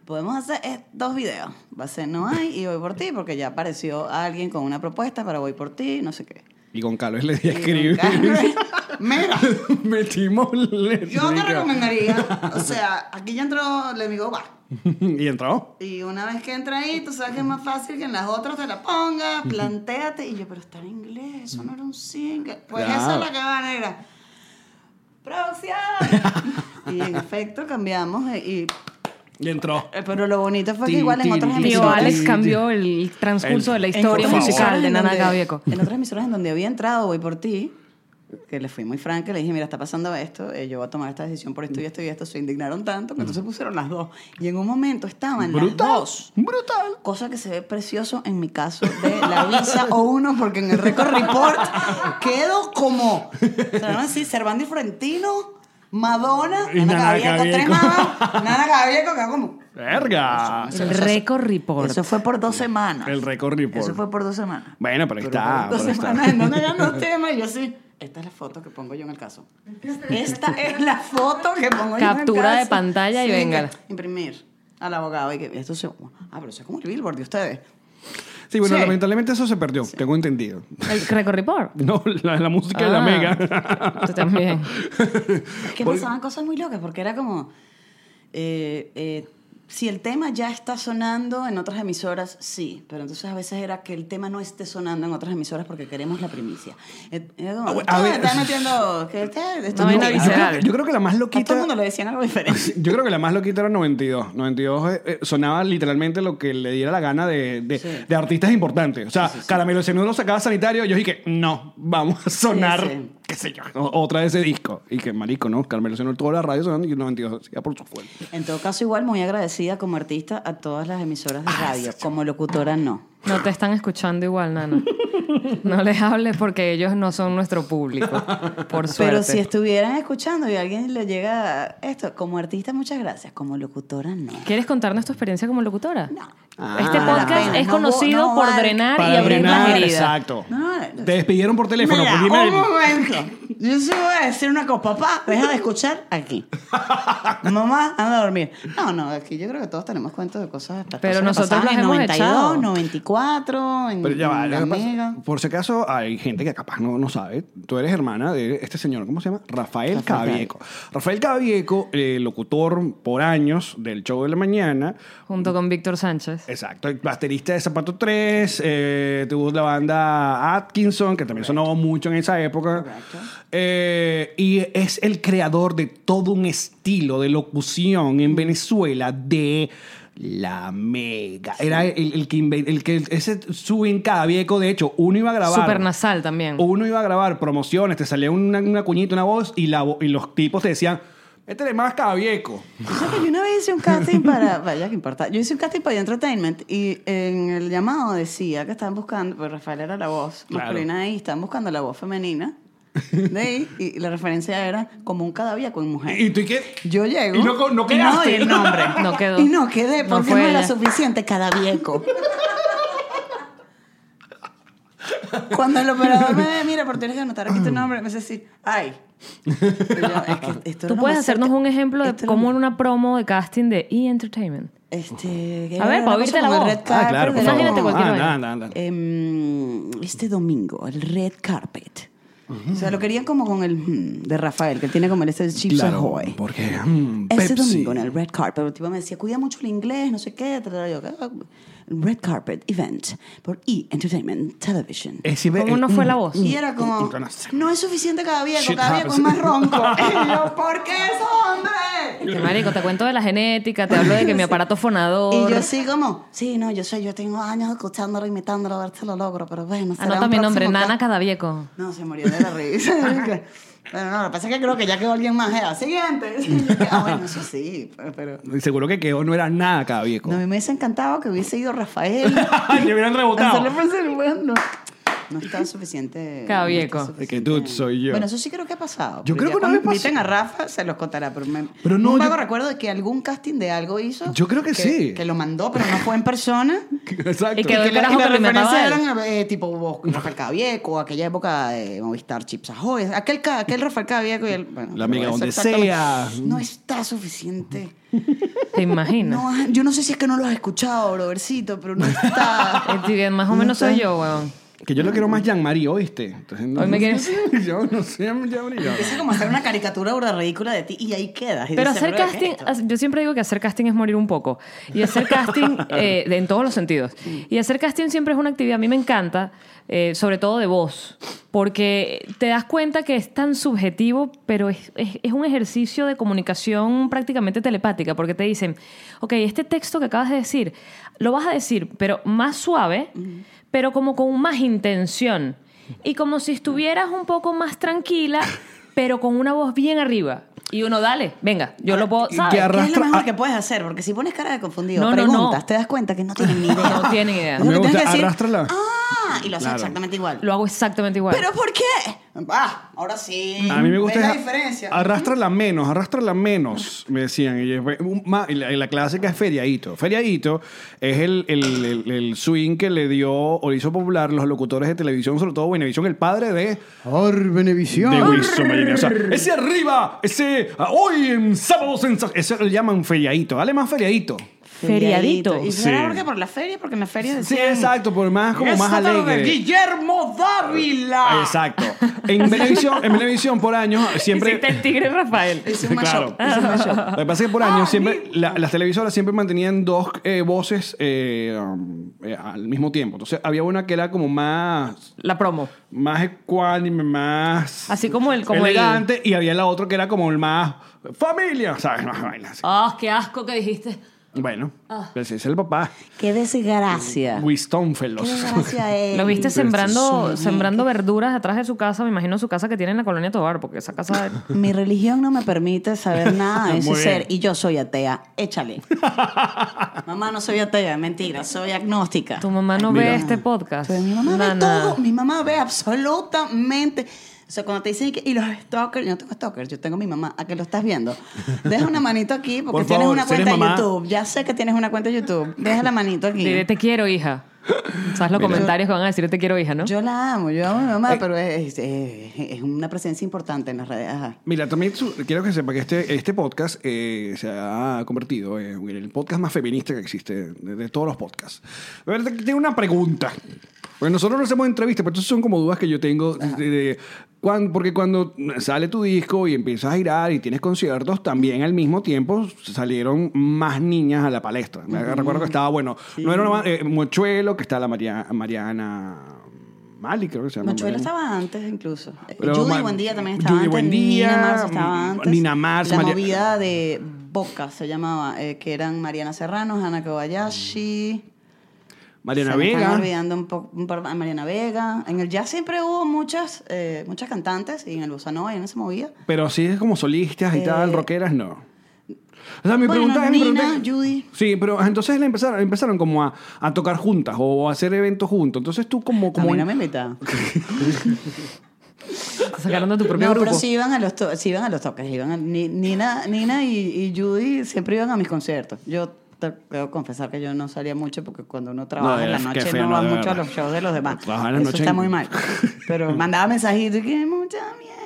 [SPEAKER 4] podemos hacer eh, dos videos. Va a ser No hay y Voy por ti, porque ya apareció alguien con una propuesta para Voy por ti, no sé qué.
[SPEAKER 2] Y con Carlos le
[SPEAKER 4] Y
[SPEAKER 2] escribí.
[SPEAKER 4] con Carlos, Mira,
[SPEAKER 2] Metimos Let
[SPEAKER 4] yo
[SPEAKER 2] me
[SPEAKER 4] te
[SPEAKER 2] go.
[SPEAKER 4] recomendaría, o sea, aquí ya entró Let me go, va.
[SPEAKER 2] y entró.
[SPEAKER 4] Y una vez que entra ahí, tú sabes que es más fácil que en las otras te la ponga, planteate. Y yo, pero está en inglés, eso no era un single. Pues
[SPEAKER 2] Claro.
[SPEAKER 4] esa es la que va negra. ¡Producción! y en efecto cambiamos. eh, Y, y-
[SPEAKER 2] Y entró.
[SPEAKER 4] eh, pero lo bonito fue que
[SPEAKER 2] Tin,
[SPEAKER 4] igual en
[SPEAKER 2] tin,
[SPEAKER 4] otras
[SPEAKER 2] tin,
[SPEAKER 1] Tío
[SPEAKER 2] Sí,
[SPEAKER 4] emisoras.
[SPEAKER 1] Alex
[SPEAKER 2] sí,
[SPEAKER 1] cambió
[SPEAKER 2] sí.
[SPEAKER 1] el transcurso de la
[SPEAKER 2] En-
[SPEAKER 4] en
[SPEAKER 1] historia
[SPEAKER 4] otras
[SPEAKER 2] Por favor.
[SPEAKER 1] musical
[SPEAKER 4] emisoras
[SPEAKER 1] de
[SPEAKER 4] en
[SPEAKER 1] Nana
[SPEAKER 4] donde-
[SPEAKER 1] Gavieco.
[SPEAKER 4] En otras emisoras en donde había entrado, voy por ti. Que le fui muy franca, le dije, mira, está pasando esto, eh, yo voy a tomar esta decisión por esto y esto y esto. Se indignaron tanto que entonces pusieron las dos. Y en un momento estaban las
[SPEAKER 2] Brutal.
[SPEAKER 4] dos.
[SPEAKER 2] Brutal.
[SPEAKER 4] Cosa que se ve precioso en mi caso de la visa o uno, porque en el record report quedo como. ¿Serán así? Servando y Frentino. Madonna,
[SPEAKER 2] Y
[SPEAKER 4] Nana
[SPEAKER 2] Nana
[SPEAKER 4] Cabieco, tres
[SPEAKER 2] Cabieco.
[SPEAKER 4] más, Nana Cabieco, que como...
[SPEAKER 2] ¡Verga!
[SPEAKER 1] El récord report.
[SPEAKER 4] Eso fue por dos semanas.
[SPEAKER 2] El récord report.
[SPEAKER 4] Eso fue por dos semanas.
[SPEAKER 2] Bueno, pero ahí está.
[SPEAKER 4] dos
[SPEAKER 2] pero ahí está.
[SPEAKER 4] semanas en donde ganó tema y yo sí. Esta es la foto que pongo yo en el caso. Esta es la foto que pongo yo en el caso.
[SPEAKER 1] Captura de pantalla y
[SPEAKER 4] Sí,
[SPEAKER 1] venga.
[SPEAKER 4] que Imprimir al abogado y que esto se... Ah, pero eso es como el billboard de ustedes.
[SPEAKER 2] Sí, bueno,
[SPEAKER 4] Sí.
[SPEAKER 2] lamentablemente eso se perdió, tengo entendido.
[SPEAKER 1] El récord report.
[SPEAKER 2] No, la, la música de la
[SPEAKER 1] Ah,
[SPEAKER 2] mega.
[SPEAKER 1] Tú también.
[SPEAKER 4] Es que pasaban cosas muy locas porque era como... eh, eh, si el tema ya está sonando en otras emisoras, sí, pero entonces a veces era que el tema no esté sonando en otras emisoras porque queremos la primicia. Eh, Era como,
[SPEAKER 2] Ah, bueno, a
[SPEAKER 4] "Ah,
[SPEAKER 2] ver-
[SPEAKER 4] están metiendo... que este- esto
[SPEAKER 1] No,
[SPEAKER 4] es
[SPEAKER 1] no,
[SPEAKER 4] nuevo".
[SPEAKER 2] yo, creo que, yo creo que la más
[SPEAKER 4] A todo el
[SPEAKER 2] loquita.
[SPEAKER 4] mundo le decían algo diferente.
[SPEAKER 2] Yo creo que la más loquita era 92. 92 eh, eh, sonaba literalmente lo que le diera la gana de, de- de artistas importantes. O sea, Caramelo Cianuro sacaba Sanitario. Yo dije, no, vamos a sonar,
[SPEAKER 4] sí.
[SPEAKER 2] qué sé yo, o- otra de ese disco. Y que marico, ¿no? Caramelo Cianuro toda la radio sonando y 92 ya por su fuerza.
[SPEAKER 4] En todo caso, igual muy agradecida como artista a todas las emisoras
[SPEAKER 2] Ah,
[SPEAKER 4] de radio. Como locutora, no.
[SPEAKER 1] No te están escuchando igual, Nana. No les hables porque ellos no son nuestro público. Por suerte.
[SPEAKER 4] Pero si estuvieran escuchando y a alguien le llega esto, como artista, muchas gracias. Como locutora, no.
[SPEAKER 1] ¿Quieres contarnos tu experiencia como locutora?
[SPEAKER 4] No.
[SPEAKER 1] Este
[SPEAKER 2] Ah.
[SPEAKER 1] podcast
[SPEAKER 4] No,
[SPEAKER 1] es
[SPEAKER 4] no,
[SPEAKER 1] conocido
[SPEAKER 4] no
[SPEAKER 1] por
[SPEAKER 4] vale.
[SPEAKER 1] drenar y
[SPEAKER 2] Para
[SPEAKER 1] abrir las
[SPEAKER 2] drenar,
[SPEAKER 1] heridas.
[SPEAKER 2] exacto.
[SPEAKER 4] No, no.
[SPEAKER 2] Ah, Te despidieron por teléfono.
[SPEAKER 4] Mira,
[SPEAKER 2] pues dime el-
[SPEAKER 4] un momento. Yo sí voy a decir una cosa. Papá, deja de escuchar aquí. Mamá, anda a dormir. No, no, aquí yo creo que todos tenemos cuentos de cosas. estas
[SPEAKER 1] Pero
[SPEAKER 4] cosas que
[SPEAKER 1] nosotros
[SPEAKER 4] pasaban
[SPEAKER 1] las
[SPEAKER 4] en
[SPEAKER 1] hemos
[SPEAKER 4] 92,
[SPEAKER 1] echado.
[SPEAKER 4] 94, en,
[SPEAKER 2] Pero ya va,
[SPEAKER 4] en
[SPEAKER 2] lo
[SPEAKER 4] la
[SPEAKER 2] que pasa-
[SPEAKER 4] Mega.
[SPEAKER 2] por si acaso hay gente que capaz no, no sabe, tú eres hermana de este señor, ¿cómo se llama? Rafael,
[SPEAKER 4] Rafael
[SPEAKER 2] Cavieco. Rafael Cavieco, eh, locutor por años del show de la mañana,
[SPEAKER 1] Junto con Víctor Sánchez.
[SPEAKER 2] exacto, el baterista de Zapato 3, eh, tuvo la banda Atkinson, que también sonó mucho en esa época, Eh, y es el creador de todo un estilo de locución en Venezuela de... La mega. Era el, el que, inven- el que ese subin cada viejo, de hecho, uno iba a grabar.
[SPEAKER 1] Supernasal también.
[SPEAKER 2] Uno iba a grabar promociones, te salía una, una cuñita, una voz, y, la, vo- y los tipos te decían, métele más cabieco.
[SPEAKER 4] O sea, que yo una vez hice un casting para. Vaya, que importa. Yo hice un casting para Entertainment y en el llamado decía que estaban buscando. Pues Rafael era la voz
[SPEAKER 2] Claro.
[SPEAKER 4] masculina ahí, estaban buscando la voz femenina. De ahí, y la referencia era como un cadavía con mujer.
[SPEAKER 2] ¿Y tú y qué?
[SPEAKER 4] Yo llego.
[SPEAKER 2] Y no co- no
[SPEAKER 4] y no
[SPEAKER 2] quedaste.
[SPEAKER 4] di el nombre.
[SPEAKER 1] No quedó.
[SPEAKER 4] Y no quedé
[SPEAKER 1] No
[SPEAKER 4] porque no,
[SPEAKER 1] fue
[SPEAKER 4] era
[SPEAKER 1] ella.
[SPEAKER 4] suficiente cada viejo. Cuando el operador me ve, mira, pero tienes que anotar aquí
[SPEAKER 1] Mm.
[SPEAKER 4] tu nombre, me dice así, ay. Y yo, es que esto era
[SPEAKER 1] Tú
[SPEAKER 4] lo
[SPEAKER 1] puedes
[SPEAKER 4] más
[SPEAKER 1] hacernos
[SPEAKER 4] cerca-
[SPEAKER 1] un ejemplo de
[SPEAKER 4] esto era
[SPEAKER 1] cómo
[SPEAKER 4] lo-
[SPEAKER 1] en una promo de casting de E! Entertainment.
[SPEAKER 4] Este, que
[SPEAKER 1] A ver, para
[SPEAKER 4] era una
[SPEAKER 1] oírte
[SPEAKER 4] cosa
[SPEAKER 1] la
[SPEAKER 4] como el
[SPEAKER 1] voz.
[SPEAKER 4] red
[SPEAKER 2] Ah,
[SPEAKER 4] carpet
[SPEAKER 2] claro, por
[SPEAKER 4] de-
[SPEAKER 1] Imagínate
[SPEAKER 4] como,
[SPEAKER 1] favor. cualquier
[SPEAKER 2] Ah,
[SPEAKER 1] vaina.
[SPEAKER 2] anda, anda, anda.
[SPEAKER 4] em, este domingo, el red carpet. O sea, lo querían como con el mm, de Rafael, que él tiene como el este Chips
[SPEAKER 2] Claro,
[SPEAKER 4] Ahoy.
[SPEAKER 2] porque mm, Pepsi.
[SPEAKER 4] Ese domingo en el red carpet, el tipo me decía, cuida mucho el inglés, no sé qué. tra, tra, yo, "Ah, Red carpet event por E! Entertainment Television.
[SPEAKER 2] Eh, sí, ve-
[SPEAKER 1] ¿Cómo no
[SPEAKER 4] mm,
[SPEAKER 1] fue la voz?
[SPEAKER 4] Y era como,
[SPEAKER 2] Yo no sé.
[SPEAKER 4] no es suficiente cada viejo,
[SPEAKER 2] Shit
[SPEAKER 4] cada viejo es
[SPEAKER 2] happens.
[SPEAKER 4] más ronco. Y yo, ¿por qué es hombre?
[SPEAKER 1] Que, marico, te cuento de la genética, te hablo de que mi aparato fonador.
[SPEAKER 4] Y yo así como, sí, no, yo sé, yo tengo años escuchándolo, imitándolo, a ver si lo logro, pero bueno, será
[SPEAKER 1] Anota
[SPEAKER 4] un
[SPEAKER 1] mi nombre,
[SPEAKER 4] próximo
[SPEAKER 1] Nana
[SPEAKER 4] ca-
[SPEAKER 1] Cadavieco.
[SPEAKER 4] No, se murió de la risa. Bueno, no, lo que pasa es que creo que ya quedó alguien más. eh, Siguiente. Ah, bueno, eso sí, pero- pero...
[SPEAKER 2] Y Seguro que quedó, no era nada cabieco.
[SPEAKER 4] No, a mí me hubiese encantado que hubiese ido Rafael.
[SPEAKER 2] Ay, le hubieran rebotado.
[SPEAKER 4] Hacerle por ser bueno. No está suficiente.
[SPEAKER 1] Cada
[SPEAKER 4] no está
[SPEAKER 1] vieco.
[SPEAKER 4] suficiente.
[SPEAKER 2] Es que, dude, soy yo.
[SPEAKER 4] Bueno, eso sí creo que ha pasado.
[SPEAKER 2] Yo creo
[SPEAKER 4] pero ya
[SPEAKER 2] que una
[SPEAKER 4] cuando
[SPEAKER 2] vez pasó.
[SPEAKER 4] Inviten a Rafa, se los contará. Pero, me,
[SPEAKER 2] Pero no,
[SPEAKER 4] un vago
[SPEAKER 2] yo-
[SPEAKER 4] recuerdo de que algún casting de algo hizo.
[SPEAKER 2] Yo creo que sí.
[SPEAKER 4] Que lo mandó, pero no fue en persona.
[SPEAKER 2] Exacto.
[SPEAKER 1] Y quedó- Pero el
[SPEAKER 4] la-
[SPEAKER 1] carajo
[SPEAKER 4] las
[SPEAKER 1] que lo inventaba
[SPEAKER 4] referencias
[SPEAKER 1] él.
[SPEAKER 4] eran eh, tipo vos, Rafael Cavieco, aquella época de Movistar Chips Ahoy, aquel, ca- aquel Rafael Cavieco y el... Bueno,
[SPEAKER 2] La amiga
[SPEAKER 4] eso
[SPEAKER 2] donde
[SPEAKER 4] exactamente-
[SPEAKER 2] sea.
[SPEAKER 4] No está suficiente.
[SPEAKER 1] ¿Te imaginas?
[SPEAKER 4] No, yo no sé si es que no lo has escuchado, Robercito, pero no está.
[SPEAKER 1] Estoy bien, Este, más o menos soy yo, weón.
[SPEAKER 2] Que yo lo quiero más Jean-Marie, ¿oíste? Entonces, no-
[SPEAKER 1] Hoy me quieres-
[SPEAKER 2] yo no sé, Jean-Marie. yo-
[SPEAKER 4] Empieza como a hacer una caricatura burda ridícula de ti y ahí quedas. Y
[SPEAKER 1] Pero
[SPEAKER 4] dices,
[SPEAKER 1] hacer
[SPEAKER 4] "Bro, ¿qué
[SPEAKER 1] casting,
[SPEAKER 4] es esto?".
[SPEAKER 1] as- yo siempre digo que hacer casting es morir un poco. Y hacer casting eh, de- en todos los sentidos. Y hacer casting siempre es una actividad, a mí me encanta, eh, sobre todo de voz, porque te das cuenta que es tan subjetivo, pero es, es- es un ejercicio de comunicación prácticamente telepática, porque te dicen, ok, este texto que acabas de decir, lo vas a decir, pero más suave, pero como con más intención. Y como si estuvieras un poco más tranquila, pero con una voz bien arriba. Y uno, dale, venga, yo lo puedo,
[SPEAKER 2] Y que
[SPEAKER 1] Oh, ¿sabes?
[SPEAKER 4] ¿Qué es
[SPEAKER 2] arrastra-
[SPEAKER 4] lo mejor
[SPEAKER 2] a-
[SPEAKER 4] que puedes hacer? Porque si pones cara de confundido,
[SPEAKER 1] No, no,
[SPEAKER 4] preguntas,
[SPEAKER 1] no.
[SPEAKER 4] te das cuenta que no tienen ni idea.
[SPEAKER 1] No tienen idea.
[SPEAKER 4] Lo que
[SPEAKER 2] Me
[SPEAKER 4] tienes
[SPEAKER 2] gusta,
[SPEAKER 4] que decir,
[SPEAKER 2] arrástrala.
[SPEAKER 4] Ah, Ah, y lo haces
[SPEAKER 2] Claro.
[SPEAKER 4] exactamente igual.
[SPEAKER 1] Lo hago exactamente igual.
[SPEAKER 4] ¿Pero por qué? Ah, ahora sí.
[SPEAKER 2] A mí me gusta
[SPEAKER 4] ¿Ves la
[SPEAKER 2] esa-
[SPEAKER 4] diferencia.
[SPEAKER 2] Arrástrala menos, arrástrala menos, me decían. Y yo, un ma- y la, y la clásica es Feriadito. Feriadito es el, el- el- el swing que le dio o le hizo popular los locutores de televisión, sobre todo Buenevisión, el padre de, de Wilson Mayer. O sea, ese arriba, ese ah, hoy en sábado sensacional. Eso le llaman Feriadito. Dale más Feriadito.
[SPEAKER 1] Feriadito.
[SPEAKER 4] ¿Y
[SPEAKER 2] Sí.
[SPEAKER 4] será porque por la feria? Porque en la feria
[SPEAKER 2] Sí,
[SPEAKER 4] decían...
[SPEAKER 2] exacto, por más como
[SPEAKER 4] "Esta
[SPEAKER 2] más
[SPEAKER 4] tarde,
[SPEAKER 2] alegre.
[SPEAKER 4] Guillermo Dávila.
[SPEAKER 2] Exacto. En televisión, en Venevisión por años siempre
[SPEAKER 1] Hiciste el tigre Rafael.
[SPEAKER 4] Es un
[SPEAKER 2] Claro.
[SPEAKER 4] mashup, es un mashup.
[SPEAKER 2] Lo que pasa es que por años siempre la- las televisoras siempre mantenían dos eh, voces eh, um, eh, al mismo tiempo. Entonces había una que era como más
[SPEAKER 1] La promo.
[SPEAKER 2] más ecuánime, más
[SPEAKER 1] Así como el- como el-
[SPEAKER 2] elegante y había la otra que era como el más familia, sabes, más vainas.
[SPEAKER 1] ¡Ah, qué asco que dijiste!
[SPEAKER 2] Bueno, pues ese es el papá,
[SPEAKER 4] Qué desgracia.
[SPEAKER 2] Wistónfelos.
[SPEAKER 4] es.
[SPEAKER 1] Lo viste sembrando,
[SPEAKER 4] Pero sí,
[SPEAKER 1] sembrando verduras atrás de su casa, me imagino su casa que tiene en la colonia Tobar, porque esa casa...
[SPEAKER 4] Mi religión no me permite saber nada de ese
[SPEAKER 2] Muy bien.
[SPEAKER 4] ser y yo soy atea. Échale. mamá, no soy atea, mentira, soy agnóstica.
[SPEAKER 1] Tu mamá no ve
[SPEAKER 2] Mira.
[SPEAKER 1] este podcast.
[SPEAKER 4] Pero mi mamá ve
[SPEAKER 1] Nana.
[SPEAKER 4] todo, mi mamá ve absolutamente. O sea, cuando te dicen que, y los stalkers, yo no tengo stalkers, yo tengo a mi mamá, a que lo estás viendo. Deja una manito aquí porque
[SPEAKER 2] Por
[SPEAKER 4] tienes
[SPEAKER 2] favor,
[SPEAKER 4] una
[SPEAKER 2] si eres
[SPEAKER 4] cuenta de
[SPEAKER 2] mamá.
[SPEAKER 4] YouTube. Ya sé que tienes una cuenta de YouTube. Deja la manito aquí.
[SPEAKER 1] Dile, te quiero, hija. ¿Sabes los comentarios que van a decir te quiero, hija, no?
[SPEAKER 4] Yo la amo, yo amo a mi
[SPEAKER 2] Eh.
[SPEAKER 4] mamá, pero es, es- es una presencia importante en las redes. Ajá.
[SPEAKER 2] Mira, también su- quiero que sepa que este, este podcast eh, se ha convertido en el podcast más feminista que existe de, de todos los podcasts. A ver, te- tengo una pregunta. Porque nosotros no hacemos entrevistas, pero estas son como dudas que yo tengo. de- de- cuan- porque cuando sale tu disco y empiezas a girar y tienes conciertos, también al mismo tiempo salieron más niñas a la palestra. Me Recuerdo que estaba, bueno, no era una, eh, Mochuelo, que está la Maria- Mariana Mali, creo que se llama.
[SPEAKER 4] Machuelo
[SPEAKER 2] Mariana.
[SPEAKER 4] estaba antes incluso. Eh,
[SPEAKER 2] Pero
[SPEAKER 4] Judy
[SPEAKER 2] Ma-
[SPEAKER 4] Buendía también estaba
[SPEAKER 2] Judy
[SPEAKER 4] antes.
[SPEAKER 2] Buendía,
[SPEAKER 4] Nina Mars estaba
[SPEAKER 2] mm,
[SPEAKER 4] antes.
[SPEAKER 2] Nina Mars,
[SPEAKER 4] La
[SPEAKER 2] María-
[SPEAKER 4] movida de Boca se llamaba, eh, que eran Mariana Serrano, Ana Kobayashi.
[SPEAKER 2] Mariana
[SPEAKER 4] se me están
[SPEAKER 2] Vega.
[SPEAKER 4] olvidando un poco, un par- a Mariana Vega. En el jazz siempre hubo muchas, eh, muchas cantantes y en el bossa nova y en esa movida.
[SPEAKER 2] Pero si es como solistas y
[SPEAKER 4] Eh,
[SPEAKER 2] tal, rockeras, no. O sea, mi
[SPEAKER 4] Bueno,
[SPEAKER 2] pregunta es... mi
[SPEAKER 4] Nina,
[SPEAKER 2] pregunta es-
[SPEAKER 4] Judy.
[SPEAKER 2] Sí, pero entonces la empezaron, empezaron como a, a tocar juntas o a hacer eventos juntos. Entonces tú como...
[SPEAKER 4] Como
[SPEAKER 2] como
[SPEAKER 4] a mí no me invitaban.
[SPEAKER 1] Te sacaron de tu propio
[SPEAKER 4] No,
[SPEAKER 1] grupo.
[SPEAKER 4] pero sí iban a los, to- sí iban a los toques. Iban a- Ni- Nina, Nina y, y Judy siempre iban a mis conciertos. Yo te debo confesar que yo no salía mucho porque cuando uno trabaja
[SPEAKER 2] No,
[SPEAKER 4] en la
[SPEAKER 2] es que
[SPEAKER 4] noche
[SPEAKER 2] feo,
[SPEAKER 4] no
[SPEAKER 2] no,
[SPEAKER 4] va
[SPEAKER 2] de
[SPEAKER 4] mucho a
[SPEAKER 2] verdad.
[SPEAKER 4] los shows de los demás.
[SPEAKER 2] Trabajar en la
[SPEAKER 4] Eso
[SPEAKER 2] noche
[SPEAKER 4] está
[SPEAKER 2] en-
[SPEAKER 4] muy mal. Pero mandaba mensajitos y que mucha mierda.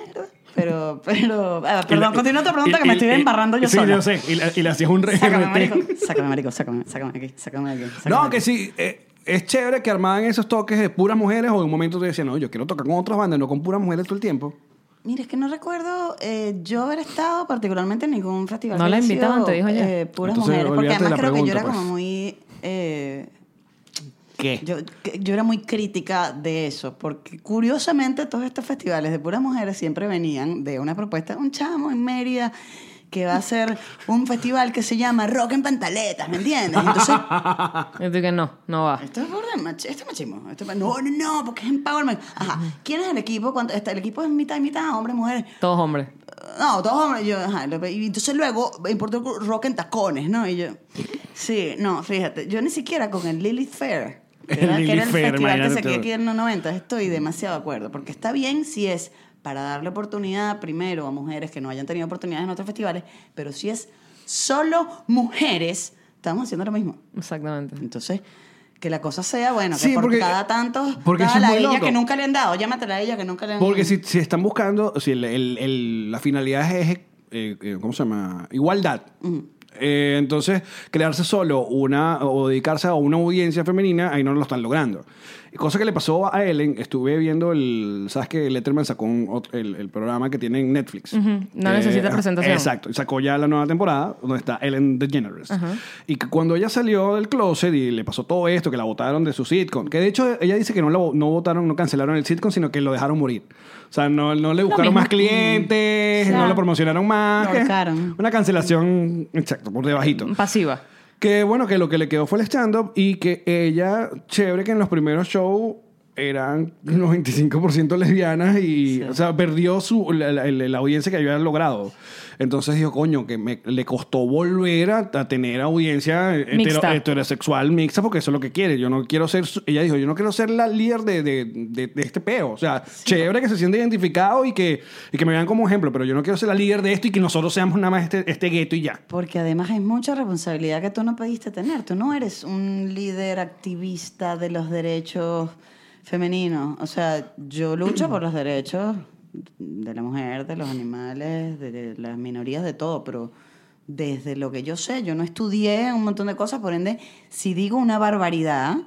[SPEAKER 4] Pero, pero, ah, perdón, continúa otra pregunta
[SPEAKER 2] y-
[SPEAKER 4] que me
[SPEAKER 2] y-
[SPEAKER 4] estoy
[SPEAKER 2] y-
[SPEAKER 4] embarrando yo
[SPEAKER 2] sí,
[SPEAKER 4] sola.
[SPEAKER 2] yo sé. Y, la- y le hacías un re-
[SPEAKER 4] Sácame,
[SPEAKER 2] RT.
[SPEAKER 4] marico, sácame, marico, sácame, sácame de aquí, sácame de aquí. sácame de
[SPEAKER 2] No,
[SPEAKER 4] aquí.
[SPEAKER 2] que sí. eh, es chévere que armaban esos toques de puras mujeres o de un momento te decían, no, yo quiero tocar con otras bandas, no con puras mujeres todo el tiempo.
[SPEAKER 4] Mira, es que no recuerdo eh, yo haber estado particularmente en ningún festival.
[SPEAKER 1] No
[SPEAKER 4] que
[SPEAKER 1] la
[SPEAKER 4] haya
[SPEAKER 1] invitaban,
[SPEAKER 4] sido,
[SPEAKER 1] te dijo ya.
[SPEAKER 4] eh, puras
[SPEAKER 2] Entonces,
[SPEAKER 4] mujeres, porque
[SPEAKER 2] olvídate de la
[SPEAKER 4] además creo que yo era
[SPEAKER 2] pregunta,
[SPEAKER 4] como
[SPEAKER 2] pues. Eh.
[SPEAKER 4] muy... eh,
[SPEAKER 2] ¿Qué?
[SPEAKER 4] yo, que- yo era muy crítica de eso, porque curiosamente todos estos festivales de puras mujeres siempre venían de una propuesta, un chamo en Mérida que va a hacer un festival que se llama Rock en Pantaletas, ¿me entiendes? Entonces,
[SPEAKER 1] Y tú que no, no va.
[SPEAKER 4] esto es burda de machi- esto es machismo. Esto es- no, no, no, porque es empowerment. Ajá. ¿Quién es el equipo? ¿Cuánto- está- el equipo es mitad y mitad, hombres y mujeres.
[SPEAKER 1] Todos hombres.
[SPEAKER 4] No, todos hombres. Yo, ajá, lo- y entonces luego importó rock en tacones, ¿no? Y yo, sí, no, fíjate, yo ni siquiera con el Lilith Fair, que
[SPEAKER 2] El
[SPEAKER 4] era, que era
[SPEAKER 2] Lilith
[SPEAKER 4] el
[SPEAKER 2] Fair,
[SPEAKER 4] festival que
[SPEAKER 2] imagínate
[SPEAKER 4] se hacía
[SPEAKER 2] tú.
[SPEAKER 4] aquí en los 90, estoy demasiado de acuerdo, porque está bien si es para darle oportunidad primero a mujeres que no hayan tenido oportunidades en otros festivales, pero si es solo mujeres, estamos haciendo lo mismo.
[SPEAKER 1] Exactamente.
[SPEAKER 4] Entonces, que la cosa sea, bueno, que
[SPEAKER 2] Sí,
[SPEAKER 4] por
[SPEAKER 2] porque-
[SPEAKER 4] cada tantos,
[SPEAKER 2] porque eso
[SPEAKER 4] cada
[SPEAKER 2] es
[SPEAKER 4] la
[SPEAKER 2] muy
[SPEAKER 4] ella
[SPEAKER 2] loco.
[SPEAKER 4] que nunca le han dado, llámatela a ella que nunca le han dado.
[SPEAKER 2] Porque si, si están buscando, si el- el- el- la finalidad es, eh, eh, ¿cómo se llama? Igualdad. Eh, entonces, crearse solo una o dedicarse a una audiencia femenina, ahí no lo están logrando. Cosa que le pasó a Ellen, estuve viendo el, ¿sabes que Letterman sacó un ot- el, el programa que tiene en Netflix. Eh, ah,
[SPEAKER 1] Ujú, no necesita presentación.
[SPEAKER 2] Exacto, y sacó ya la nueva temporada donde está Ellen DeGeneres. Y que cuando ella salió del closet y le pasó todo esto, que la votaron de su sitcom, que de hecho ella dice que no la vo- no votaron, no cancelaron el sitcom, sino que lo dejaron morir. O sea, no, no le buscaron
[SPEAKER 1] mismo.
[SPEAKER 2] más clientes,
[SPEAKER 1] Mm.
[SPEAKER 2] no
[SPEAKER 1] Ya.
[SPEAKER 2] lo promocionaron más.
[SPEAKER 4] Lo
[SPEAKER 2] que-
[SPEAKER 4] ahorcaron.
[SPEAKER 2] Una cancelación, exacto, por debajito.
[SPEAKER 1] Pasiva.
[SPEAKER 2] Que bueno, que lo que le quedó fue el stand-up y que ella, chévere que en los primeros shows eran 95% lesbianas y, o sea, perdió su, la, la- la- la audiencia que había logrado. Entonces dijo, coño, que me- le costó volver a, a tener audiencia hetero-
[SPEAKER 1] Mixta.
[SPEAKER 2] heterosexual mixta porque eso es lo que quiere. Yo no quiero ser, su- ella dijo, yo no quiero ser la líder de, de- de- de este peo. O sea, chévere que se sienta identificado y que, y que me vean como ejemplo, pero yo no quiero ser la líder de esto y que nosotros seamos nada más este, este gueto y ya.
[SPEAKER 4] Porque además hay mucha responsabilidad que tú no pediste tener. Tú no eres un líder activista de los derechos femeninos. O sea, yo lucho por los derechos de la mujer, de los animales, de las minorías, de todo, pero desde lo que yo sé, yo no estudié un montón de cosas, por ende, si digo una barbaridad,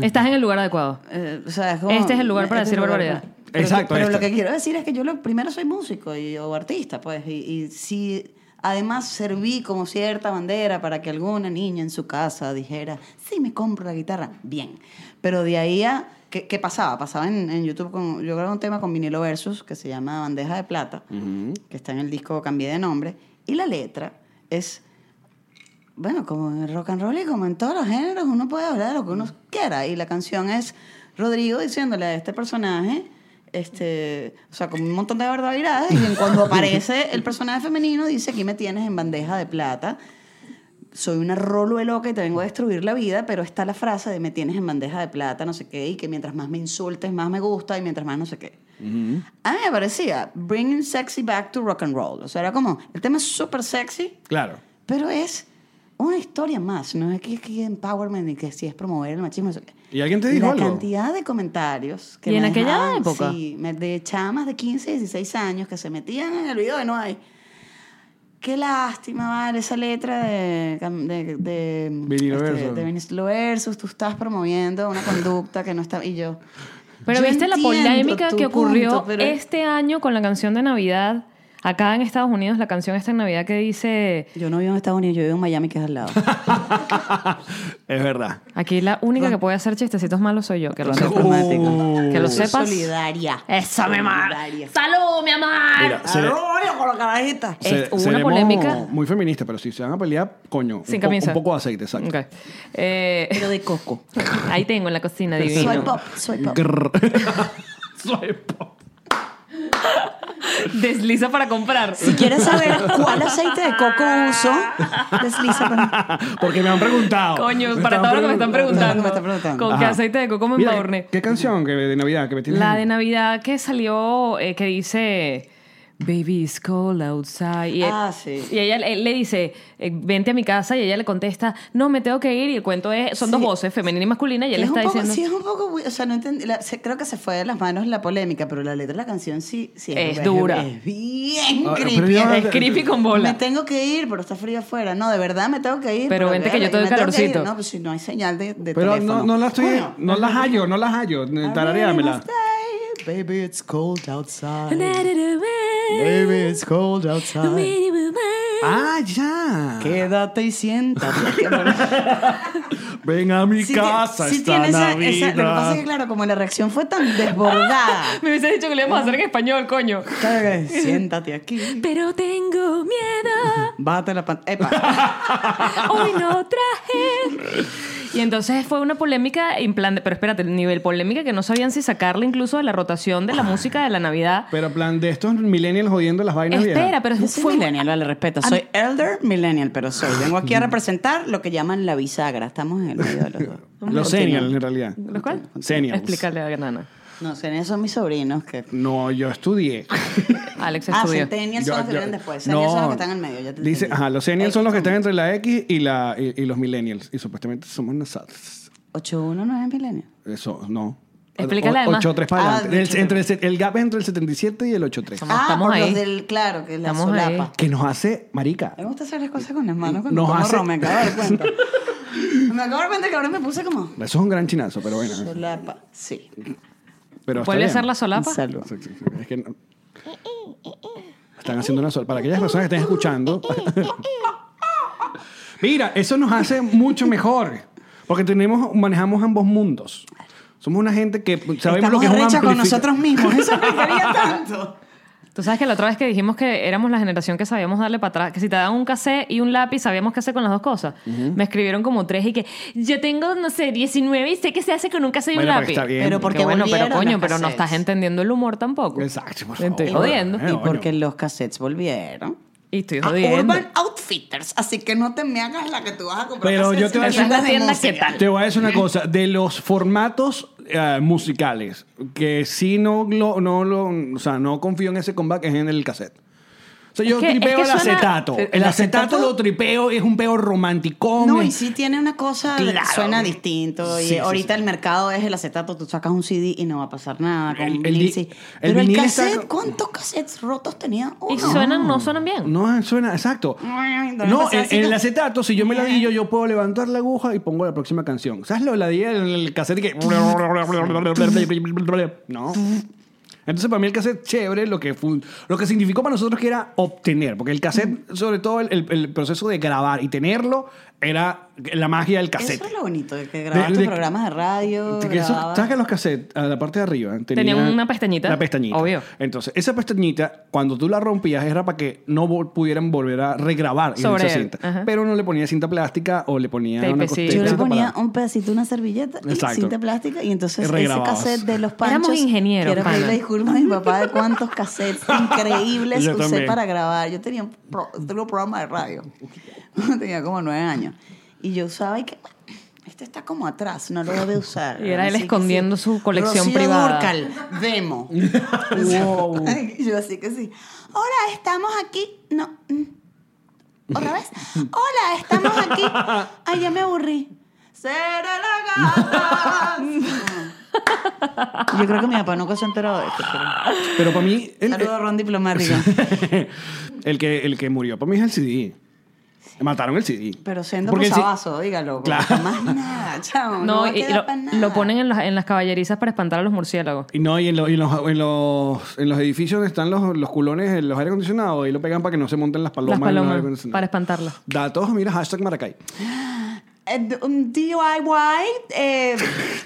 [SPEAKER 1] Estás en el lugar adecuado.
[SPEAKER 4] eh, o sea, es como-
[SPEAKER 1] Este es el lugar para decir
[SPEAKER 4] lugar
[SPEAKER 1] barbaridad.
[SPEAKER 4] para- Pero-
[SPEAKER 2] Exacto,
[SPEAKER 4] Pero
[SPEAKER 2] este.
[SPEAKER 4] lo que quiero decir es que yo lo, primero soy músico y, o artista, pues, y, y si además serví como cierta bandera para que alguna niña en su casa dijera, sí, me compro la guitarra, bien. Pero de ahí a... ¿Qué, qué pasaba? Pasaba en, en YouTube, con, yo grabé un tema con Vinilo Versus que se llama Bandeja de Plata, que está en el disco Cambié de Nombre, y la letra es bueno, como en el rock and roll y como en todos los géneros, uno puede hablar de lo que uno quiera. Y la canción es Rodrigo diciéndole a este personaje, este, o sea, como un montón de barbaridades. Y en cuando aparece el personaje femenino, dice: Aquí me tienes en bandeja de plata. Soy una rolo de loca y te vengo a destruir la vida, pero está la frase de me tienes en bandeja de plata, no sé qué, y que mientras más me insultes, más me gusta y mientras más no sé qué. A mí me parecía bringing sexy back to rock and roll. O sea, era como, el tema es súper sexy,
[SPEAKER 2] Claro.
[SPEAKER 4] pero es una historia más, no es que, que empowerment y que si es promover el machismo. eso-
[SPEAKER 2] ¿Y alguien te dijo
[SPEAKER 4] La
[SPEAKER 2] algo?
[SPEAKER 4] cantidad de comentarios que
[SPEAKER 1] ¿Y en
[SPEAKER 4] me
[SPEAKER 1] aquella
[SPEAKER 4] dejaban,
[SPEAKER 1] época?
[SPEAKER 4] sí, me- de chamas de 15, 16 años que se metían en el video de No hay. Qué lástima, vale, esa letra de. de, de este,
[SPEAKER 2] Vinilo Versus.
[SPEAKER 4] de Vinilo Versus, tú estás promoviendo una conducta que no está. Y yo.
[SPEAKER 1] Pero
[SPEAKER 4] yo
[SPEAKER 1] viste la
[SPEAKER 4] entiendo
[SPEAKER 1] polémica
[SPEAKER 4] tu
[SPEAKER 1] que ocurrió
[SPEAKER 4] punto, pero-
[SPEAKER 1] este año con la canción de Navidad. Acá en Estados Unidos, la canción esta en Navidad que dice.
[SPEAKER 4] Yo no vivo en Estados Unidos, yo vivo en Miami, que es al lado.
[SPEAKER 2] es verdad. Uh.
[SPEAKER 1] Aquí la única que puede hacer chistecitos malos soy yo, que lo
[SPEAKER 4] Soy
[SPEAKER 1] sepas.
[SPEAKER 4] diplomática.
[SPEAKER 1] Que lo
[SPEAKER 4] Soy
[SPEAKER 1] sepas.
[SPEAKER 4] Solidaria.
[SPEAKER 1] Eso, mi amor.
[SPEAKER 4] Solidaria.
[SPEAKER 1] Salud, mi amor.
[SPEAKER 2] Mira, se le-
[SPEAKER 4] Arroyo con la carajita.
[SPEAKER 1] Es-
[SPEAKER 2] Se-
[SPEAKER 1] hubo una
[SPEAKER 2] seremos
[SPEAKER 1] polémica.
[SPEAKER 2] Muy feminista, pero si se van a pelear, coño.
[SPEAKER 1] Sin
[SPEAKER 2] un, po-
[SPEAKER 1] camisa.
[SPEAKER 2] un poco de aceite, exacto.
[SPEAKER 1] Ok. Eh,
[SPEAKER 4] Pero de coco.
[SPEAKER 1] ahí tengo en la cocina
[SPEAKER 4] Soy
[SPEAKER 1] divino.
[SPEAKER 4] pop, soy pop.
[SPEAKER 2] Grrr. Soy pop.
[SPEAKER 1] Desliza para comprar.
[SPEAKER 4] Si quieres saber cuál aceite de coco uso, desliza para
[SPEAKER 2] Porque me han preguntado.
[SPEAKER 1] Coño, para todo lo que me están preguntando.
[SPEAKER 4] preguntando. Me están preguntando.
[SPEAKER 1] Con qué
[SPEAKER 2] Ajá.
[SPEAKER 1] aceite de coco me
[SPEAKER 2] Mira,
[SPEAKER 1] embadurné.
[SPEAKER 2] ¿Qué canción que de Navidad que me tienes?
[SPEAKER 1] La de Navidad que salió, eh, que dice, Baby it's cold outside. Y, él-
[SPEAKER 4] Ah, sí.
[SPEAKER 1] y ella él le dice, eh, vente a mi casa, y ella le contesta, no, me tengo que ir. Y el cuento es, son dos
[SPEAKER 4] Sí.
[SPEAKER 1] voces, femenina y masculina, y él
[SPEAKER 4] es
[SPEAKER 1] está
[SPEAKER 4] un poco,
[SPEAKER 1] diciendo...
[SPEAKER 4] Sí, es un poco. we- O sea, no entendí. la- se- creo que se fue de las manos la polémica, pero la letra de la canción sí, sí
[SPEAKER 1] Es dura.
[SPEAKER 4] Es bien
[SPEAKER 2] Ah, pero
[SPEAKER 4] creepy.
[SPEAKER 2] yo-
[SPEAKER 1] Es creepy con bola.
[SPEAKER 4] Me tengo que ir, pero está frío afuera. No, de verdad me tengo que ir.
[SPEAKER 1] Pero vente que yo
[SPEAKER 4] verga,
[SPEAKER 1] te doy
[SPEAKER 4] me tengo que ir.
[SPEAKER 1] calorcito.
[SPEAKER 4] No, pues si no hay señal de, de
[SPEAKER 2] Pero
[SPEAKER 4] teléfono.
[SPEAKER 2] no, no la estoy.
[SPEAKER 4] Coño.
[SPEAKER 2] No la hallo, no la hallo. Tarareámela.
[SPEAKER 6] Baby, it's cold outside. Baby, it's cold outside.
[SPEAKER 2] Ah, ya.
[SPEAKER 4] Quédate y siéntate.
[SPEAKER 2] Ven a mi
[SPEAKER 4] Sí ti-
[SPEAKER 2] casa
[SPEAKER 4] sí
[SPEAKER 2] esta
[SPEAKER 4] tiene esa-
[SPEAKER 2] Navidad.
[SPEAKER 4] esa- lo que pasa es que, claro, como la reacción fue tan desbordada.
[SPEAKER 1] Me hubiese dicho que lo íbamos a hacer en español, coño.
[SPEAKER 4] Claro que, Siéntate aquí.
[SPEAKER 1] Pero tengo miedo,
[SPEAKER 4] Bájate la pan. Epa.
[SPEAKER 1] hoy no traje. Y entonces fue una polémica en plan de, pero espérate, el nivel polémica que no sabían si sacarla incluso de la rotación de
[SPEAKER 4] Ah.
[SPEAKER 1] la música de la Navidad.
[SPEAKER 2] Pero plan de estos millennials jodiendo las vainas
[SPEAKER 1] Espera, pero este
[SPEAKER 4] Yo soy
[SPEAKER 1] fue
[SPEAKER 4] millennial, vale, respeto. Soy elder millennial, pero soy. Vengo aquí a representar lo que llaman la bisagra. Estamos en el medio de los dos.
[SPEAKER 2] viejas. Los seniors, en realidad.
[SPEAKER 1] ¿Lo cual?
[SPEAKER 2] Senials.
[SPEAKER 1] Explícale a Nana.
[SPEAKER 4] No, centennials son mis sobrinos que.
[SPEAKER 2] No, yo estudié.
[SPEAKER 1] Alex
[SPEAKER 4] Ah,
[SPEAKER 1] estudió.
[SPEAKER 4] centennials son
[SPEAKER 2] Yo-
[SPEAKER 4] los que
[SPEAKER 2] yo-
[SPEAKER 4] vienen después. Centennials son los
[SPEAKER 2] no.
[SPEAKER 4] que están en el medio. Ya te
[SPEAKER 2] Dice,
[SPEAKER 4] entendí.
[SPEAKER 2] ajá, los seniors son los que están entre la X y, la, y, y los millennials. Y supuestamente somos nosotros.
[SPEAKER 4] 8-1 no es millennial.
[SPEAKER 2] Eso, no.
[SPEAKER 1] Explícale además.
[SPEAKER 2] 8-3 para
[SPEAKER 4] Ah,
[SPEAKER 2] adelante. El,
[SPEAKER 4] de-
[SPEAKER 2] entre el, el gap es entre el 77 y el 8-3.
[SPEAKER 1] Estamos-
[SPEAKER 4] ah,
[SPEAKER 1] Pues estamos
[SPEAKER 4] por
[SPEAKER 1] ahí.
[SPEAKER 4] los del. Claro, que es la
[SPEAKER 1] Estamos
[SPEAKER 4] solapa.
[SPEAKER 1] ahí.
[SPEAKER 2] Que nos hace marica.
[SPEAKER 4] A mí Me gusta hacer las cosas con las manos cuando
[SPEAKER 2] Nos
[SPEAKER 4] tomo
[SPEAKER 2] hace-
[SPEAKER 4] ron, me acabo de dar cuenta. me acabo de dar cuenta que ahora me puse como...
[SPEAKER 2] Eso es un gran chinazo, pero bueno.
[SPEAKER 4] Solapa, sí.
[SPEAKER 2] Pero está
[SPEAKER 1] ¿Vuelve a
[SPEAKER 2] bien.
[SPEAKER 1] ser la solapa?
[SPEAKER 4] Salud.
[SPEAKER 2] Sí, sí, sí. Es que no- Están haciendo una sola. Para aquellas personas que estén escuchando. Mira, eso nos hace mucho mejor. Porque tenemos, manejamos ambos mundos. Somos una gente que sabemos lo
[SPEAKER 4] Estamos
[SPEAKER 2] que es un
[SPEAKER 4] arrecha con
[SPEAKER 2] amplifica-
[SPEAKER 4] nosotros mismos, eso me quería tanto.
[SPEAKER 1] Tú sabes que la otra vez que dijimos que éramos la generación que sabíamos darle para atrás, que si te daban un cassette y un lápiz, sabíamos qué hacer con las dos cosas. Me escribieron como tres y que yo tengo, no sé, 19 y sé que se hace con un cassette y un
[SPEAKER 2] Bueno, pero
[SPEAKER 1] lápiz.
[SPEAKER 2] está bien.
[SPEAKER 4] Pero
[SPEAKER 1] Que
[SPEAKER 4] porque
[SPEAKER 1] bueno, pero
[SPEAKER 4] volvieron
[SPEAKER 1] coño,
[SPEAKER 4] los
[SPEAKER 1] pero no
[SPEAKER 4] cassettes.
[SPEAKER 1] estás entendiendo el humor tampoco.
[SPEAKER 2] Exacto, por
[SPEAKER 1] Te estoy
[SPEAKER 2] favor.
[SPEAKER 1] jodiendo.
[SPEAKER 2] Eh,
[SPEAKER 4] Y
[SPEAKER 2] coño.
[SPEAKER 4] porque los cassettes volvieron.
[SPEAKER 1] Y estoy
[SPEAKER 4] A
[SPEAKER 1] jodiendo.
[SPEAKER 4] Ah, Urban Outfitters, así que no te me hagas la que tú vas a comprar.
[SPEAKER 2] Pero yo te voy a
[SPEAKER 4] cassettes
[SPEAKER 1] Esa
[SPEAKER 2] decir-
[SPEAKER 4] en
[SPEAKER 1] es la
[SPEAKER 4] tiendas de
[SPEAKER 1] tienda
[SPEAKER 4] música.
[SPEAKER 1] que tal.
[SPEAKER 2] Te voy a decir una cosa, de los formatos eh, musicales, que sí no, lo- no, lo- o sea, no confío en ese comeback, es en el cassette. O sea, yo
[SPEAKER 1] que- es
[SPEAKER 2] tripeo
[SPEAKER 1] que
[SPEAKER 2] el
[SPEAKER 1] suena-
[SPEAKER 2] acetato. El,
[SPEAKER 1] ¿El
[SPEAKER 2] acetato,
[SPEAKER 4] acetato?
[SPEAKER 2] lo tripeo, es un peo romántico.
[SPEAKER 4] No, y sí tiene una cosa,
[SPEAKER 2] Claro.
[SPEAKER 4] suena distinto.
[SPEAKER 2] Sí,
[SPEAKER 4] y
[SPEAKER 2] sí,
[SPEAKER 4] ahorita
[SPEAKER 2] sí.
[SPEAKER 4] el mercado es el acetato, pues tú sacas un CD y no va a pasar nada. Con
[SPEAKER 2] El- el
[SPEAKER 4] vinil,
[SPEAKER 2] di-
[SPEAKER 4] sí.
[SPEAKER 2] el
[SPEAKER 4] Pero el
[SPEAKER 2] vinil está-
[SPEAKER 4] cassette, ¿cuántos cassettes rotos tenía?
[SPEAKER 1] Y
[SPEAKER 4] Uno.
[SPEAKER 1] suenan, no suenan bien.
[SPEAKER 2] No suena, exacto.
[SPEAKER 4] Ay, no,
[SPEAKER 2] No,
[SPEAKER 4] no sé,
[SPEAKER 2] en,
[SPEAKER 4] así
[SPEAKER 2] en el
[SPEAKER 4] que-
[SPEAKER 2] acetato, si yo me la yo, yo puedo levantar la aguja y pongo la próxima canción. ¿Sabes lo la di en el cassette que. No. Entonces, para mí el cassette chévere, lo que, fun- lo que significó para nosotros que era obtener, porque el cassette, sobre todo el, el- el proceso de grabar y tenerlo, era la magia del cassette.
[SPEAKER 4] Eso es lo bonito, de que grababas tus
[SPEAKER 2] de-
[SPEAKER 4] programas de radio.
[SPEAKER 2] Que eso-
[SPEAKER 4] grababas-
[SPEAKER 2] ¿Sabes que los cassettes, a la parte de arriba,
[SPEAKER 1] Tenían una pestañita.
[SPEAKER 2] La pestañita.
[SPEAKER 1] Obvio.
[SPEAKER 2] Entonces, esa pestañita, cuando tú la rompías, era para que no vol- pudieran volver a regrabar
[SPEAKER 1] Sobre
[SPEAKER 2] en esa
[SPEAKER 1] él.
[SPEAKER 2] cinta.
[SPEAKER 1] Ajá.
[SPEAKER 2] Pero no le ponía cinta plástica o le ponía
[SPEAKER 1] Tape,
[SPEAKER 2] una
[SPEAKER 1] sí.
[SPEAKER 2] costilla.
[SPEAKER 4] Yo le
[SPEAKER 2] cinta
[SPEAKER 4] ponía
[SPEAKER 2] para-
[SPEAKER 4] un pedacito, una servilleta
[SPEAKER 2] Exacto.
[SPEAKER 4] y cinta plástica y entonces ese
[SPEAKER 2] Regrababas.
[SPEAKER 4] cassette de los panchos.
[SPEAKER 1] Éramos ingenieros,
[SPEAKER 4] Quiero
[SPEAKER 1] pana.
[SPEAKER 4] pedirle disculpas a mi papá de cuántos cassettes increíbles
[SPEAKER 2] Yo
[SPEAKER 4] usé
[SPEAKER 2] también.
[SPEAKER 4] para grabar. Yo tenía un, pro- tengo un programa de radio. tenía como nueve años. Y yo usaba y que bueno, este está como atrás, no lo debe usar.
[SPEAKER 1] Y era él
[SPEAKER 4] Así que
[SPEAKER 1] escondiendo su colección
[SPEAKER 4] Rocío
[SPEAKER 1] privada.
[SPEAKER 4] Dúrcal, demo. Y yo así que sí. Hola, estamos aquí. No. mm. ¿Otra vez? Hola, estamos aquí. Ay, ya me aburrí. Seré la gata. Yo creo que mi papá nunca se ha enterado de esto. pero-
[SPEAKER 2] Pero para mí, el,
[SPEAKER 4] Saludo a Ron Diplomático.
[SPEAKER 2] el que, el que murió, para mí es el CD. Mataron el CD.
[SPEAKER 4] Pero siendo
[SPEAKER 2] Porque el C-
[SPEAKER 4] posabazo, dígalo. porque
[SPEAKER 2] Claro.
[SPEAKER 4] Más nada, chamo. No,
[SPEAKER 1] No,
[SPEAKER 4] va a
[SPEAKER 1] y- y
[SPEAKER 4] quedar
[SPEAKER 1] lo,
[SPEAKER 4] pa' nada.
[SPEAKER 1] lo ponen en las, en las caballerizas para espantar a los murciélagos.
[SPEAKER 2] Y no, y en, lo- y en los, en los, en los edificios donde están los, los culones en los aire acondicionados, ahí lo pegan para que no se monten las palomas,
[SPEAKER 1] Las
[SPEAKER 2] en los aire
[SPEAKER 1] palomas,
[SPEAKER 2] acondicionados.
[SPEAKER 1] para espantarlas.
[SPEAKER 2] Datos, mira, hashtag Maracay.
[SPEAKER 4] Eh, un DIY, eh,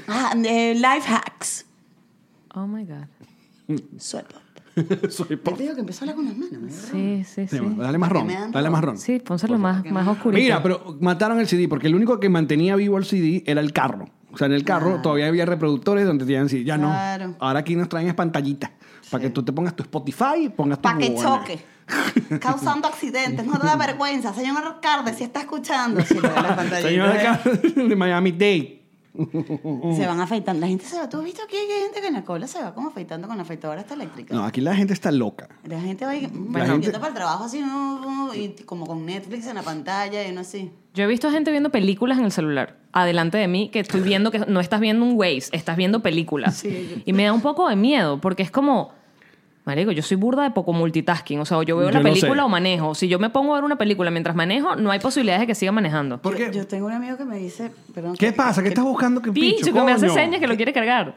[SPEAKER 4] ah, eh, life hacks.
[SPEAKER 1] Oh my God.
[SPEAKER 4] Soy pop.
[SPEAKER 2] Soy
[SPEAKER 4] Te
[SPEAKER 2] po-
[SPEAKER 4] digo que empezó a hablar con las manos. ¿verdad?
[SPEAKER 1] Sí, sí, sí.
[SPEAKER 2] Dale más ron,
[SPEAKER 4] me dan
[SPEAKER 2] dale
[SPEAKER 4] ron.
[SPEAKER 2] más ron.
[SPEAKER 1] Sí, pónselo más, más oscurito.
[SPEAKER 2] Pues Mira, pero mataron el CD porque el único que mantenía vivo el CD era el carro. O sea, en el carro todavía había reproductores donde tenían CD. Ya
[SPEAKER 4] Claro.
[SPEAKER 2] no. Ahora aquí nos traen es pantallitas para que tú te pongas tu Spotify, pongas tu
[SPEAKER 4] Para que
[SPEAKER 2] huevona.
[SPEAKER 4] choque. Causando accidentes. No te da vergüenza. Señor Alcalde, si está escuchando. Si le da la pantallita,
[SPEAKER 2] Señor Uh.
[SPEAKER 4] ¿eh?
[SPEAKER 2] acá de Miami Dade.
[SPEAKER 4] Se van afeitando. La gente se va. ¿Tú has visto aquí que hay gente que en la cola se va como afeitando con la afeitadora hasta eléctrica?
[SPEAKER 2] No, aquí la gente está loca.
[SPEAKER 4] La gente va y, mm,
[SPEAKER 2] La
[SPEAKER 4] yendo
[SPEAKER 2] gente-
[SPEAKER 4] para el trabajo así, ¿no? y como con Netflix en la pantalla y no así.
[SPEAKER 1] Yo he visto gente viendo películas en el celular. Adelante de mí, que estoy viendo que no estás viendo un Waze, estás viendo películas. Y me da un poco de miedo, porque es como. Marico, yo soy burda de poco multitasking. O sea, o yo veo
[SPEAKER 2] Yo
[SPEAKER 1] la
[SPEAKER 2] no sé.
[SPEAKER 1] película o manejo. Si yo me pongo a ver una película mientras manejo, no hay posibilidades de que siga manejando.
[SPEAKER 2] ¿Por
[SPEAKER 4] Yo,
[SPEAKER 2] qué?
[SPEAKER 4] yo tengo un amigo que me dice, perdón.
[SPEAKER 2] ¿Qué
[SPEAKER 4] que-
[SPEAKER 2] pasa? ¿Qué
[SPEAKER 4] que-
[SPEAKER 2] estás buscando? ¿Qué
[SPEAKER 1] Pincho,
[SPEAKER 2] pincho?
[SPEAKER 1] que me hace
[SPEAKER 2] coño?
[SPEAKER 1] señas que lo quiere cargar.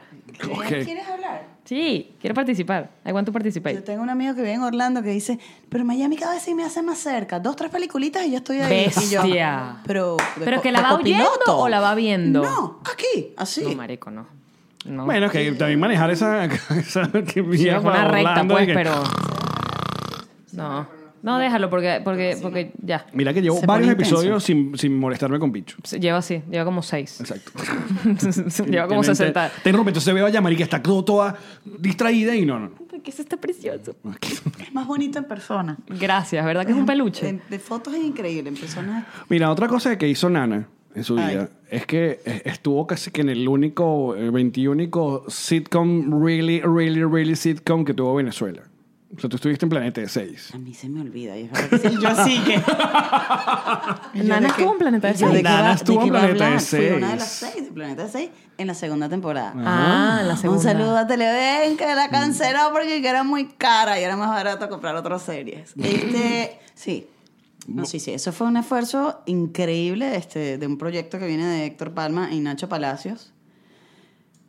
[SPEAKER 2] Ok.
[SPEAKER 4] ¿Quieres hablar?
[SPEAKER 1] Sí, quiere participar. I want to participate.
[SPEAKER 4] Yo tengo un amigo que vive en Orlando que dice, pero Miami cada vez sí me hace más cerca. Dos, tres peliculitas y yo estoy ahí. Y yo,
[SPEAKER 1] Bestia.
[SPEAKER 4] pero, de
[SPEAKER 1] ¿Pero
[SPEAKER 4] co-
[SPEAKER 1] que la
[SPEAKER 4] de
[SPEAKER 1] va oyendo
[SPEAKER 4] copiloto".
[SPEAKER 1] o la va viendo?
[SPEAKER 4] No, aquí, así.
[SPEAKER 1] No, marico, no. No.
[SPEAKER 2] Bueno, que también manejar esa. esa que
[SPEAKER 1] Sí,
[SPEAKER 2] mira
[SPEAKER 1] es una
[SPEAKER 2] para
[SPEAKER 1] recta,
[SPEAKER 2] Orlando,
[SPEAKER 1] pues,
[SPEAKER 2] que-
[SPEAKER 1] pero. No. No, déjalo, porque, porque, porque ya.
[SPEAKER 2] Mira que llevo
[SPEAKER 4] Se
[SPEAKER 2] varios
[SPEAKER 4] pone intenso.
[SPEAKER 2] episodios sin, sin molestarme con Picho.
[SPEAKER 1] Lleva así, lleva como seis.
[SPEAKER 2] Exacto.
[SPEAKER 1] lleva como
[SPEAKER 2] Tienen-
[SPEAKER 1] 60.
[SPEAKER 2] Te interrumpe, entonces veo a Yamari que está todo- toda distraída y no, no, no.
[SPEAKER 1] ¿Qué es este precioso?
[SPEAKER 4] Es más bonito en persona.
[SPEAKER 1] Gracias, ¿verdad que es un peluche?
[SPEAKER 4] De, de fotos es increíble, en persona.
[SPEAKER 2] Mira, otra cosa que hizo Nana en su
[SPEAKER 4] Ay.
[SPEAKER 2] vida es que eh, estuvo casi que en el único, el 21 sitcom, really, really, really sitcom que tuvo Venezuela. O sea, tú estuviste en Planeta de 6.
[SPEAKER 4] A mí se me olvida. Y es verdad que sí, yo así que. Yo
[SPEAKER 1] Nana
[SPEAKER 4] de que-
[SPEAKER 1] estuvo en Planeta de
[SPEAKER 4] yo
[SPEAKER 1] Seis.
[SPEAKER 4] qué
[SPEAKER 2] Nana
[SPEAKER 4] va-
[SPEAKER 2] estuvo
[SPEAKER 4] qué
[SPEAKER 2] en
[SPEAKER 4] va a
[SPEAKER 2] Planeta de
[SPEAKER 4] hablar. Fui una
[SPEAKER 2] Seis.
[SPEAKER 4] de las seis de Planeta de Seis en la segunda temporada.
[SPEAKER 1] Ah, la segunda.
[SPEAKER 4] Un saludo a Televen que la canceló porque era muy cara y era más barato comprar otras series. Este, sí. No, sí, sí. Eso fue un esfuerzo increíble este, de un proyecto que viene de Héctor Palma y Nacho Palacios.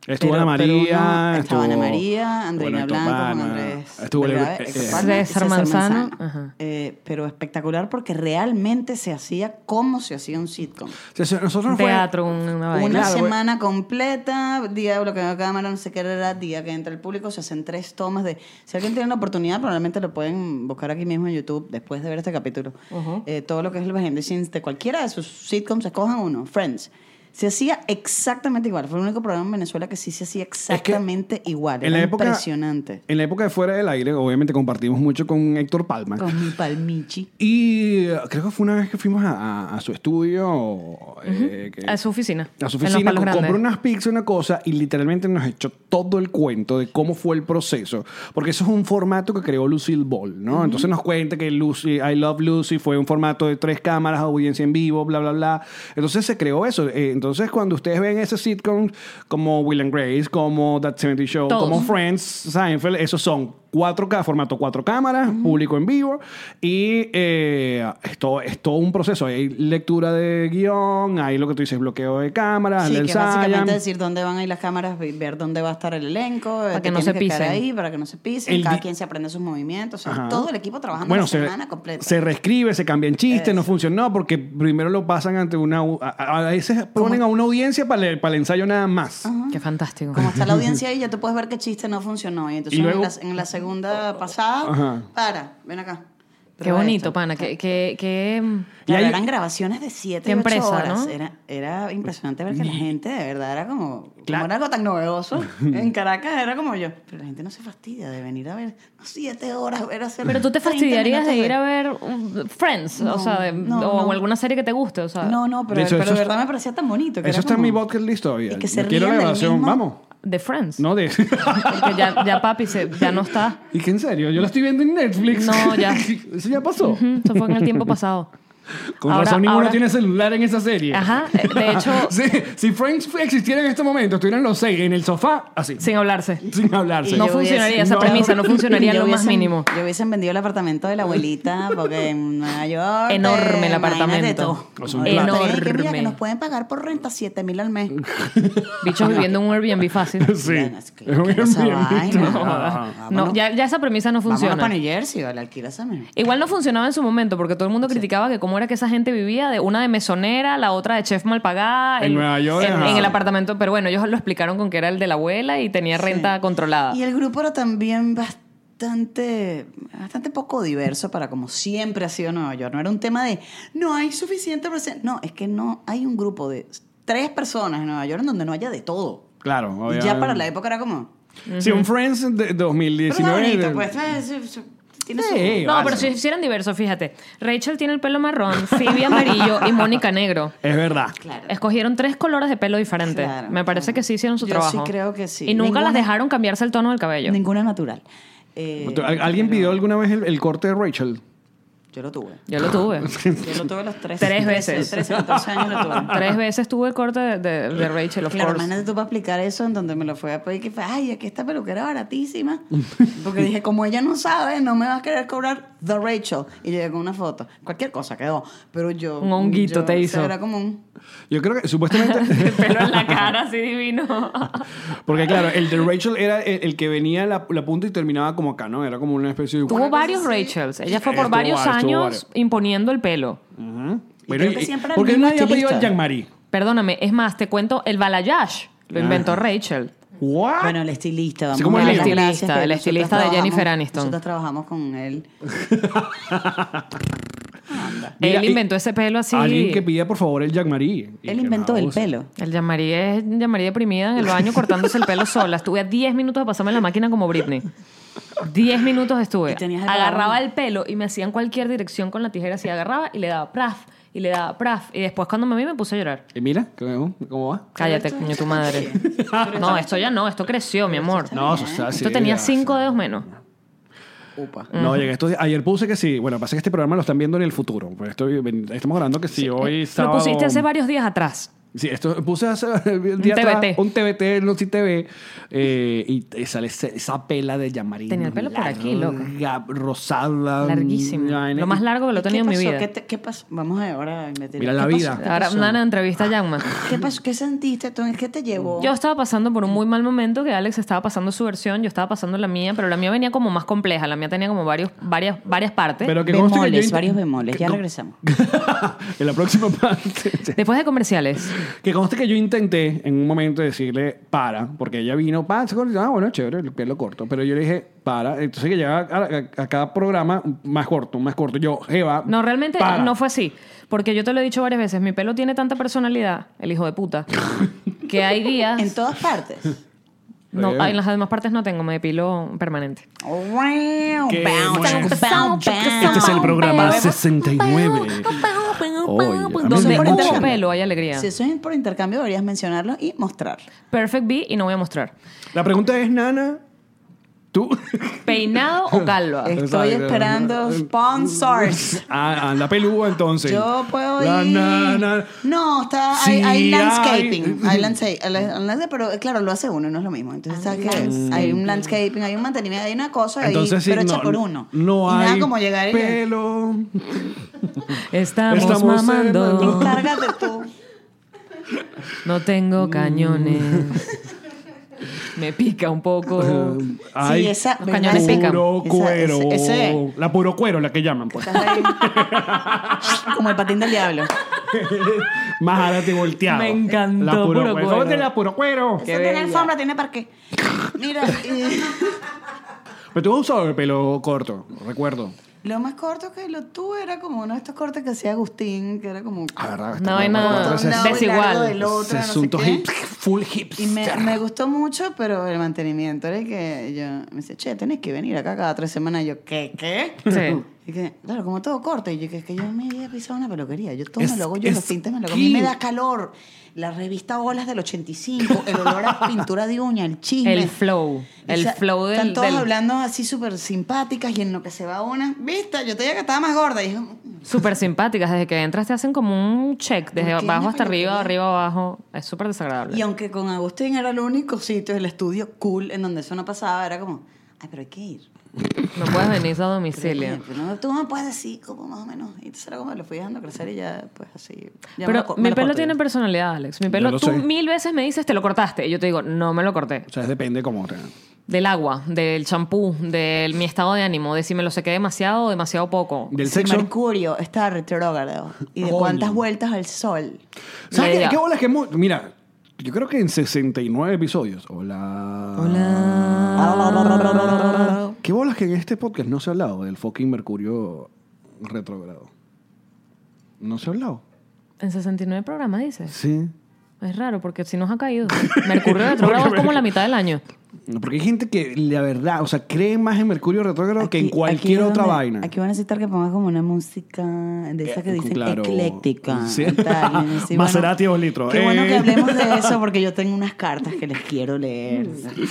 [SPEAKER 2] Estuvo
[SPEAKER 4] Pero-
[SPEAKER 2] Ana
[SPEAKER 4] pero
[SPEAKER 2] María.
[SPEAKER 4] uno-
[SPEAKER 2] estuvo-
[SPEAKER 4] estaba Ana María,
[SPEAKER 2] bueno,
[SPEAKER 4] Andreina
[SPEAKER 2] Héctor
[SPEAKER 4] Blanco, Juan
[SPEAKER 2] Palma.
[SPEAKER 4] Andrés es.
[SPEAKER 2] Estuvo el-
[SPEAKER 4] ¿verdad?
[SPEAKER 2] eh,
[SPEAKER 4] Exacto.
[SPEAKER 2] eh,
[SPEAKER 1] César Manzano. Ajá.
[SPEAKER 4] Eh, pero espectacular porque realmente se hacía como se hacía un sitcom.
[SPEAKER 2] O sea, nosotros
[SPEAKER 1] Un
[SPEAKER 2] no fue-
[SPEAKER 1] teatro, una, vaina. Ah,
[SPEAKER 4] Una
[SPEAKER 2] Claro, güey.
[SPEAKER 4] semana completa, día de bloqueo de cámara, no sé qué era, día que entra el público, se hacen tres tomas de... Si alguien tiene la oportunidad, probablemente lo pueden buscar aquí mismo en YouTube después de ver este capítulo. Eh, todo lo que es el behind the scenes de cualquiera de sus sitcoms, escojan uno, Friends. Se hacía exactamente igual. Fue el único programa en Venezuela que sí se hacía exactamente igual. Era impresionante.
[SPEAKER 2] En la época de Fuera del Aire, obviamente compartimos mucho con Héctor Palma.
[SPEAKER 4] Con mi palmichi.
[SPEAKER 2] Y eh, creo que fue una vez que fuimos a, a- a su estudio. eh, que-
[SPEAKER 1] A su oficina.
[SPEAKER 2] a su
[SPEAKER 1] En Los
[SPEAKER 2] oficina,
[SPEAKER 1] Palos
[SPEAKER 2] co-
[SPEAKER 1] Grandes.
[SPEAKER 2] compró unas pizzas, una cosa, y literalmente nos echó todo el cuento de cómo fue el proceso. Porque eso es un formato que creó Lucille Ball, ¿no? Entonces nos cuenta que Lucy, I Love Lucy fue un formato de tres cámaras, audiencia en vivo, bla, bla, bla. Entonces se creó eso. Eh, entonces cuando ustedes ven ese sitcom como Will and Grace, como That 70 Show,
[SPEAKER 1] Todos.
[SPEAKER 2] como Friends, Seinfeld, esos son cuatro ca- formato cuatro cámaras, público en vivo, y eh, es, todo, es todo un proceso. Hay lectura de guión, hay lo que tú dices, bloqueo de cámara,
[SPEAKER 4] Sí,
[SPEAKER 2] el
[SPEAKER 4] que es básicamente
[SPEAKER 2] ensayo.
[SPEAKER 4] decir dónde van a ir las cámaras, ve- ver dónde va a estar el elenco, para
[SPEAKER 1] que no se pisen.
[SPEAKER 4] ahí, para que no se pisen,
[SPEAKER 2] El
[SPEAKER 4] cada
[SPEAKER 2] di-
[SPEAKER 4] quien se aprende sus movimientos, o sea,
[SPEAKER 2] Ajá.
[SPEAKER 4] todo el equipo trabajando
[SPEAKER 2] Bueno,
[SPEAKER 4] la
[SPEAKER 2] se,
[SPEAKER 4] semana completa.
[SPEAKER 2] se reescribe, se cambian chistes, no funcionó porque primero lo pasan ante una. au- A, a- a veces ponen a una audiencia para el, para el ensayo nada más.
[SPEAKER 4] Ah,
[SPEAKER 1] Qué fantástico.
[SPEAKER 4] Como está la audiencia ahí, ya tú puedes ver qué chiste no funcionó. Y entonces
[SPEAKER 2] Y luego-
[SPEAKER 4] en, la, en la segunda pasada,
[SPEAKER 2] Ajá.
[SPEAKER 4] para, ven acá.
[SPEAKER 1] Qué
[SPEAKER 4] Prueba
[SPEAKER 1] bonito,
[SPEAKER 4] esto.
[SPEAKER 1] pana. Que, que, que-
[SPEAKER 4] Claro,
[SPEAKER 2] Y hay-
[SPEAKER 4] eran grabaciones de siete
[SPEAKER 1] Qué
[SPEAKER 4] y ocho
[SPEAKER 1] empresa,
[SPEAKER 4] horas.
[SPEAKER 1] ¿no?
[SPEAKER 4] Era, era impresionante ver que la gente de verdad era como...
[SPEAKER 2] Claro.
[SPEAKER 4] Como era algo tan novedoso. En Caracas era como yo. Pero la gente no se fastidia de venir a ver no, siete horas. a ver hacer
[SPEAKER 1] Pero tú te
[SPEAKER 4] 30
[SPEAKER 1] fastidiarías de
[SPEAKER 4] minutos
[SPEAKER 1] ir a ver um, Friends, o
[SPEAKER 4] No,
[SPEAKER 1] sea, de-
[SPEAKER 4] no,
[SPEAKER 1] o
[SPEAKER 4] no.
[SPEAKER 1] alguna serie que te guste, o sea,
[SPEAKER 4] No, no, pero,
[SPEAKER 2] De hecho,
[SPEAKER 4] pero
[SPEAKER 2] eso
[SPEAKER 4] de
[SPEAKER 2] es-
[SPEAKER 4] verdad me parecía tan bonito.
[SPEAKER 2] Eso
[SPEAKER 4] que era
[SPEAKER 2] está en
[SPEAKER 4] como-
[SPEAKER 2] mi bucket list todavía.
[SPEAKER 4] Y que se
[SPEAKER 2] Yo quiero
[SPEAKER 4] rían
[SPEAKER 2] la
[SPEAKER 4] del
[SPEAKER 2] grabación,
[SPEAKER 4] mismo-
[SPEAKER 2] vamos.
[SPEAKER 1] de Friends.
[SPEAKER 2] No de.
[SPEAKER 1] Porque ya, ya papi se- ya no está.
[SPEAKER 2] ¿Y que en serio? Yo la estoy viendo en Netflix.
[SPEAKER 1] No, ya.
[SPEAKER 2] Eso ya pasó.
[SPEAKER 1] Ujú, Eso Mm, fue en el tiempo pasado.
[SPEAKER 2] Con
[SPEAKER 1] Ahora-
[SPEAKER 2] razón ninguno
[SPEAKER 1] ahora-
[SPEAKER 2] tiene celular en esa serie.
[SPEAKER 1] Ajá, eh, de hecho,
[SPEAKER 2] Sí, si Friends existiera en este momento, estuvieran los seis en el sofá, así,
[SPEAKER 1] sin hablarse.
[SPEAKER 2] sin hablarse.
[SPEAKER 4] Y
[SPEAKER 1] No
[SPEAKER 4] yo
[SPEAKER 1] funcionaría
[SPEAKER 4] hubiese-
[SPEAKER 1] esa premisa, no funcionaría
[SPEAKER 4] yo
[SPEAKER 1] lo más
[SPEAKER 4] hubiesen-
[SPEAKER 1] mínimo.
[SPEAKER 4] Yo hubiesen vendido el apartamento de la abuelita porque en Nueva York.
[SPEAKER 1] Enorme el
[SPEAKER 4] eh,
[SPEAKER 1] apartamento.
[SPEAKER 4] imagínate tú.
[SPEAKER 2] Es un
[SPEAKER 4] Enorme.
[SPEAKER 1] plato.
[SPEAKER 4] Que mira, que nos pueden pagar por renta 7 mil al mes.
[SPEAKER 1] Bichos viviendo en un Airbnb fácil.
[SPEAKER 2] Sí.
[SPEAKER 4] Bueno, es que-
[SPEAKER 2] Es un
[SPEAKER 4] que esa
[SPEAKER 2] Airbnb.
[SPEAKER 4] vaina.
[SPEAKER 2] No,
[SPEAKER 4] Vámonos-
[SPEAKER 1] No, ya, ya esa premisa no
[SPEAKER 4] Vámonos para
[SPEAKER 1] funciona.
[SPEAKER 4] New Jersey, vale, alquila esa mierda.
[SPEAKER 1] Igual no funcionaba en su momento porque todo el mundo criticaba que cómo era que esa gente vivía de una de mesonera, la otra de chef mal pagada.
[SPEAKER 2] En Nueva York,
[SPEAKER 1] En,
[SPEAKER 2] ajá.
[SPEAKER 1] en el apartamento. Pero bueno, ellos lo explicaron con que era el de la abuela y tenía renta controlada.
[SPEAKER 4] Y el grupo era también bastante, bastante poco diverso para como siempre ha sido Nueva York. No era un tema de no hay suficiente presen-". No, es que no hay un grupo de tres personas en Nueva York en donde no haya de todo.
[SPEAKER 2] Claro,
[SPEAKER 4] Y
[SPEAKER 2] obviamente.
[SPEAKER 4] ya para la época era como.
[SPEAKER 2] Sí, un Friends de
[SPEAKER 4] Pero está
[SPEAKER 2] 2019.
[SPEAKER 4] bonito,
[SPEAKER 2] de-
[SPEAKER 4] pues. eh, su- su- Tiene su-
[SPEAKER 2] Sí,
[SPEAKER 1] No,
[SPEAKER 2] vale.
[SPEAKER 1] pero si hicieran diversos, fíjate. Rachel tiene el pelo marrón, Phoebe amarillo y Mónica negro.
[SPEAKER 2] Es verdad.
[SPEAKER 4] Claro.
[SPEAKER 1] Escogieron tres colores de pelo diferentes.
[SPEAKER 4] Claro,
[SPEAKER 1] Me parece
[SPEAKER 4] claro.
[SPEAKER 1] que sí hicieron su
[SPEAKER 4] Yo sí
[SPEAKER 1] trabajo.
[SPEAKER 4] creo que sí.
[SPEAKER 1] Y nunca las
[SPEAKER 4] Ninguna-
[SPEAKER 1] dejaron cambiarse el tono del cabello.
[SPEAKER 4] Ninguna natural. Eh,
[SPEAKER 2] ¿Tú- al- ¿Alguien pidió alguna vez el, el corte de Rachel?
[SPEAKER 4] Yo lo tuve.
[SPEAKER 1] Yo lo tuve.
[SPEAKER 4] Yo lo tuve a los 13.
[SPEAKER 1] Tres
[SPEAKER 4] 13,
[SPEAKER 1] veces.
[SPEAKER 4] 13, 14 años lo tuve.
[SPEAKER 1] tres veces tuve el corte de, de- de Rachel, of
[SPEAKER 4] Claro,
[SPEAKER 1] course.
[SPEAKER 4] imagínate tú para aplicar eso en donde me lo fue a pedir que fue, ay, aquí esta peluquera baratísima. Porque dije, como ella no sabe, no me vas a querer cobrar The Rachel. Y llegué con una foto. Cualquier cosa quedó. Pero yo.
[SPEAKER 1] Un honguito
[SPEAKER 4] yo-
[SPEAKER 1] te
[SPEAKER 4] o sea,
[SPEAKER 1] hizo.
[SPEAKER 4] Era como un.
[SPEAKER 2] Yo creo que supuestamente.
[SPEAKER 1] El pelo en la cara, así divino.
[SPEAKER 2] Porque claro, el de Rachel era el, el que venía la, la punta y terminaba como acá, ¿no? Era como una especie de.
[SPEAKER 1] Tuvo varios Rachels. Ella fue por
[SPEAKER 2] Estuvo
[SPEAKER 1] varios
[SPEAKER 2] varios, estuvo
[SPEAKER 1] años
[SPEAKER 2] varios.
[SPEAKER 1] imponiendo el pelo.
[SPEAKER 2] Bueno,
[SPEAKER 4] creo que
[SPEAKER 2] y-
[SPEAKER 4] siempre era el
[SPEAKER 2] ¿Por qué
[SPEAKER 4] mismo
[SPEAKER 2] nadie ha pedido el
[SPEAKER 4] estilista.
[SPEAKER 2] Jean-Marie?
[SPEAKER 1] Perdóname, es más, te cuento, el balayage lo inventó Rachel.
[SPEAKER 2] ¿What?
[SPEAKER 4] Bueno, el estilista. Vamos
[SPEAKER 2] Sí, como
[SPEAKER 4] a
[SPEAKER 2] el
[SPEAKER 4] darle las
[SPEAKER 1] estilista,
[SPEAKER 4] gracias que
[SPEAKER 1] el
[SPEAKER 4] nosotros
[SPEAKER 1] estilista de
[SPEAKER 4] trabajamos-
[SPEAKER 1] Jennifer Aniston.
[SPEAKER 4] Nosotros trabajamos con él.
[SPEAKER 2] Mira,
[SPEAKER 1] Él
[SPEAKER 2] y-
[SPEAKER 1] inventó ese pelo así.
[SPEAKER 2] Alguien que pida, por favor, el Jean-Marie. Y
[SPEAKER 4] Él
[SPEAKER 2] que
[SPEAKER 4] inventó
[SPEAKER 2] no,
[SPEAKER 4] el
[SPEAKER 2] o sea,
[SPEAKER 4] pelo.
[SPEAKER 1] El llamaría es llamaría deprimida en el baño cortándose el pelo sola. Estuve a 10 minutos de pasarme la máquina como Britney. 10 minutos estuve.
[SPEAKER 4] Y tenías el
[SPEAKER 1] Agarraba
[SPEAKER 4] rabón.
[SPEAKER 1] el pelo y me hacía en cualquier dirección con la tijera. Así agarraba y le daba praf. Y le daba praf. Y después cuando me vi me puse a llorar.
[SPEAKER 2] Y mira, ¿cómo cómo va?
[SPEAKER 1] Cállate, coño, tu madre. No, esto ya no. Esto creció, mi amor.
[SPEAKER 2] No, o sea,
[SPEAKER 1] Esto
[SPEAKER 2] sí,
[SPEAKER 1] tenía
[SPEAKER 2] ya,
[SPEAKER 1] cinco
[SPEAKER 2] sí.
[SPEAKER 1] dedos menos.
[SPEAKER 4] Upa.
[SPEAKER 2] No, llegué estos días- Ayer puse que sí. Bueno, pasa que este programa lo están viendo en el futuro. Pues estoy- ven- estamos hablando que sí, hoy
[SPEAKER 1] Eh, Lo
[SPEAKER 2] sábado.
[SPEAKER 1] pusiste hace varios días atrás.
[SPEAKER 2] Sí, esto puse hace el día atrás
[SPEAKER 1] TBT.
[SPEAKER 2] un TBT, no si TV, eh, y te sale ese- esa pela de llamarín.
[SPEAKER 1] Tenía el pelo por aquí, loco.
[SPEAKER 2] larga, Rosada.
[SPEAKER 1] Larguísimo.
[SPEAKER 2] una vaina.
[SPEAKER 1] Lo más largo que lo he tenido en mi
[SPEAKER 4] pasó?
[SPEAKER 1] vida.
[SPEAKER 4] ¿Qué, te- qué pasó? Vamos a ver, ahora a meter.
[SPEAKER 2] Mira la
[SPEAKER 4] ¿Qué
[SPEAKER 2] vida.
[SPEAKER 4] pasó? ¿Qué
[SPEAKER 1] Ahora
[SPEAKER 4] pasó? Ah,
[SPEAKER 1] una entrevista a Yanma.
[SPEAKER 4] ¿Qué pasó? ¿Qué sentiste tú? ¿Qué te llevó?
[SPEAKER 1] Yo estaba pasando por un muy mal momento, que Alex estaba pasando su versión, yo estaba pasando la mía, pero la mía venía como más compleja, la mía tenía como varios, varias, varias partes.
[SPEAKER 2] Pero que conste que yo
[SPEAKER 4] bemoles,
[SPEAKER 2] int-
[SPEAKER 4] varios bemoles. Ya
[SPEAKER 2] No.
[SPEAKER 4] regresamos.
[SPEAKER 2] en la próxima parte.
[SPEAKER 1] Después de comerciales,
[SPEAKER 2] Que conste que yo intenté en un momento decirle para, porque ella vino, para, se cortó. Ah, bueno, chévere, el pelo corto. Pero yo le dije para. Entonces que llegaba a, a- a cada programa más corto, más corto. Yo, Jeva.
[SPEAKER 1] no, realmente
[SPEAKER 2] para.
[SPEAKER 1] no fue así, porque yo te lo he dicho varias veces, mi pelo tiene tanta personalidad, el hijo de puta, que hay
[SPEAKER 4] En
[SPEAKER 1] días...
[SPEAKER 4] todas partes.
[SPEAKER 1] No, ah, en las demás partes no tengo, me depilo permanente.
[SPEAKER 2] Qué bueno.
[SPEAKER 4] Este
[SPEAKER 2] Este es el programa 69.
[SPEAKER 1] Donde
[SPEAKER 4] Eso por
[SPEAKER 1] hubo
[SPEAKER 4] intercambio.
[SPEAKER 1] pelo hay alegría.
[SPEAKER 4] Si eso es por intercambio, deberías mencionarlo y mostrarlo.
[SPEAKER 1] Perfect B y no voy a mostrar.
[SPEAKER 2] La pregunta es, Nana, ¿tú?
[SPEAKER 1] ¿Peinado o calva?
[SPEAKER 4] Estoy
[SPEAKER 2] Ah, Exacto.
[SPEAKER 4] esperando sponsors.
[SPEAKER 2] Ah, anda pelúa entonces.
[SPEAKER 4] Yo puedo ir.
[SPEAKER 2] La nana.
[SPEAKER 4] No, está,
[SPEAKER 2] Sí,
[SPEAKER 4] hay, hay
[SPEAKER 2] hay.
[SPEAKER 4] landscaping. Hay landsca- landsca- pero eh, claro, lo hace uno, no es lo mismo. Entonces, ¿sabes qué? Hay un landscaping, hay un mantenimiento, hay una cosa,
[SPEAKER 2] Ah, Entonces, sí,
[SPEAKER 4] hay, pero hecha
[SPEAKER 2] no,
[SPEAKER 4] por uno.
[SPEAKER 2] No
[SPEAKER 4] y
[SPEAKER 2] hay
[SPEAKER 4] nada como llegar y.
[SPEAKER 2] pelo.
[SPEAKER 1] Estamos,
[SPEAKER 2] Estamos
[SPEAKER 1] mamando.
[SPEAKER 2] cenando.
[SPEAKER 4] Encárgate tú.
[SPEAKER 1] No
[SPEAKER 4] Mm.
[SPEAKER 1] tengo cañones. Me pica un poco.
[SPEAKER 2] Hay
[SPEAKER 4] esa-
[SPEAKER 1] Los cañones
[SPEAKER 4] ¿verdad?
[SPEAKER 1] pican.
[SPEAKER 2] puro cuero.
[SPEAKER 4] Esa- ese- ese.
[SPEAKER 2] La puro cuero, la que llaman, pues.
[SPEAKER 4] Estás ahí. como el patín del diablo.
[SPEAKER 2] Más árate volteado.
[SPEAKER 1] Me encantó,
[SPEAKER 2] La puro,
[SPEAKER 1] puro
[SPEAKER 2] cuero.
[SPEAKER 1] cuero.
[SPEAKER 2] ¿Dónde la puro cuero?
[SPEAKER 4] Eso tiene alfombra, tiene parque. Mira, y-
[SPEAKER 2] Pero tú has usado el pelo corto, recuerdo.
[SPEAKER 4] lo más corto que lo tuve era como uno de estos cortes que hacía Agustín, que era como.
[SPEAKER 2] Ah, verdad,
[SPEAKER 1] No hay
[SPEAKER 2] está-
[SPEAKER 1] nada
[SPEAKER 2] Entonces,
[SPEAKER 4] Una
[SPEAKER 1] desigual.
[SPEAKER 4] largo del otro, no sé
[SPEAKER 2] asuntos
[SPEAKER 4] qué.
[SPEAKER 2] hip- full hips.
[SPEAKER 4] Y me, me gustó mucho, pero el mantenimiento era que yo me dice, che, tenés que venir acá cada tres semanas. Y yo, ¿qué? ¿Qué?
[SPEAKER 1] Sí.
[SPEAKER 4] Y que, claro, como todo corto. Y yo, que es que yo me había pisado una peluquería. Yo todo
[SPEAKER 2] Es-
[SPEAKER 4] me lo hago, yo
[SPEAKER 2] es
[SPEAKER 4] los tintes me lo hago. A mí me
[SPEAKER 2] que-
[SPEAKER 4] da calor. La revista Olas del 85, el olor a pintura de uña, el chisme.
[SPEAKER 1] El flow, el
[SPEAKER 4] O sea,
[SPEAKER 1] flow del-
[SPEAKER 4] Están todos
[SPEAKER 1] del-
[SPEAKER 4] hablando así súper simpáticas y en lo que se va una, viste, yo te digo que estaba más gorda. Y dije,
[SPEAKER 1] Súper simpáticas. Desde que entras te hacen como un check. Desde
[SPEAKER 4] ¿Por qué
[SPEAKER 1] abajo
[SPEAKER 4] una
[SPEAKER 1] hasta arriba,
[SPEAKER 4] peluquería?
[SPEAKER 1] arriba, abajo. Es súper desagradable.
[SPEAKER 4] Y aunque con Agustín era el único sitio del estudio cool en donde eso no pasaba, era como, ay, pero hay que ir.
[SPEAKER 1] No puedes venir a
[SPEAKER 4] Pero,
[SPEAKER 1] domicilio.
[SPEAKER 4] coño, pero no, tú me puedes decir como más o menos. Y entonces era como lo fui dejando crecer y ya, pues así. ya me
[SPEAKER 1] Pero
[SPEAKER 4] lo co- me
[SPEAKER 1] mi
[SPEAKER 4] lo
[SPEAKER 1] pelo
[SPEAKER 4] corté.
[SPEAKER 1] tiene personalidad, Alex. Mi pelo,
[SPEAKER 2] lo
[SPEAKER 1] tú
[SPEAKER 2] sé.
[SPEAKER 1] mil veces me dices, te lo cortaste. Y yo te digo, no me lo corté.
[SPEAKER 2] O sea, depende cómo te...
[SPEAKER 1] Del agua, del champú, de mi estado de ánimo, de si me lo sequé demasiado o demasiado poco.
[SPEAKER 2] Del
[SPEAKER 4] Si
[SPEAKER 2] sexo.
[SPEAKER 4] Mercurio está retrógrado. ¿Y de
[SPEAKER 2] Coño.
[SPEAKER 4] cuántas vueltas al sol?
[SPEAKER 2] ¿Sabes
[SPEAKER 1] Ya.
[SPEAKER 2] qué, qué bola que mu- Mira, yo creo que en 69 episodios. Hola.
[SPEAKER 1] Ah.
[SPEAKER 4] Ah.
[SPEAKER 2] ¿Qué bolas que en este podcast no se ha hablado del fucking Mercurio retrogrado? No se ha hablado.
[SPEAKER 1] En 69 programas dices.
[SPEAKER 2] Sí.
[SPEAKER 1] Es raro porque si nos ha caído. Mercurio retrogrado es como la mitad del año.
[SPEAKER 2] No, Porque hay gente que, la verdad, o sea, cree más en Mercurio retrogrado que en
[SPEAKER 4] Aquí-
[SPEAKER 2] cualquier
[SPEAKER 4] aquí es
[SPEAKER 2] otra
[SPEAKER 4] donde-
[SPEAKER 2] vaina.
[SPEAKER 4] Aquí van a necesitar que pongas como una música de esa que
[SPEAKER 2] Eh,
[SPEAKER 4] dicen
[SPEAKER 2] claro.
[SPEAKER 4] ecléctica.
[SPEAKER 2] Sí.
[SPEAKER 4] y tal, y así,
[SPEAKER 2] Maserati dos litros.
[SPEAKER 4] Qué bueno que
[SPEAKER 2] Eh.
[SPEAKER 4] hablemos de eso porque yo tengo unas cartas que les quiero leer.
[SPEAKER 1] Mm.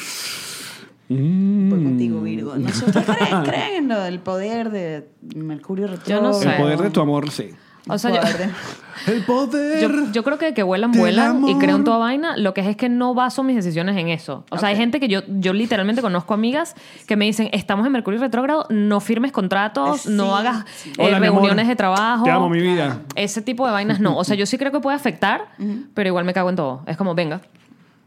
[SPEAKER 2] Mm.
[SPEAKER 4] Voy contigo, Virgo. No sé, ¿ustedes creen, creen en lo del poder de Mercurio
[SPEAKER 1] Yo no
[SPEAKER 4] retrógrado?
[SPEAKER 1] sé.
[SPEAKER 2] El poder de tu amor, sí.
[SPEAKER 1] O sea, yo-
[SPEAKER 4] Poder de-
[SPEAKER 2] El poder.
[SPEAKER 1] Yo, yo creo que que vuelan,
[SPEAKER 2] del
[SPEAKER 1] vuelan y
[SPEAKER 2] amor.
[SPEAKER 1] creo en toda vaina. Lo que es es que no baso mis decisiones en eso. O sea, hay gente que yo, yo literalmente conozco amigas que me dicen, estamos en Mercurio retrógrado, no firmes contratos,
[SPEAKER 4] Sí,
[SPEAKER 1] no hagas eh,
[SPEAKER 2] Hola, mi amor.
[SPEAKER 1] reuniones de trabajo.
[SPEAKER 2] Te amo, mi vida.
[SPEAKER 1] Ese tipo de vainas no. O sea, yo sí creo que puede afectar, pero igual me cago en todo. Es como, venga.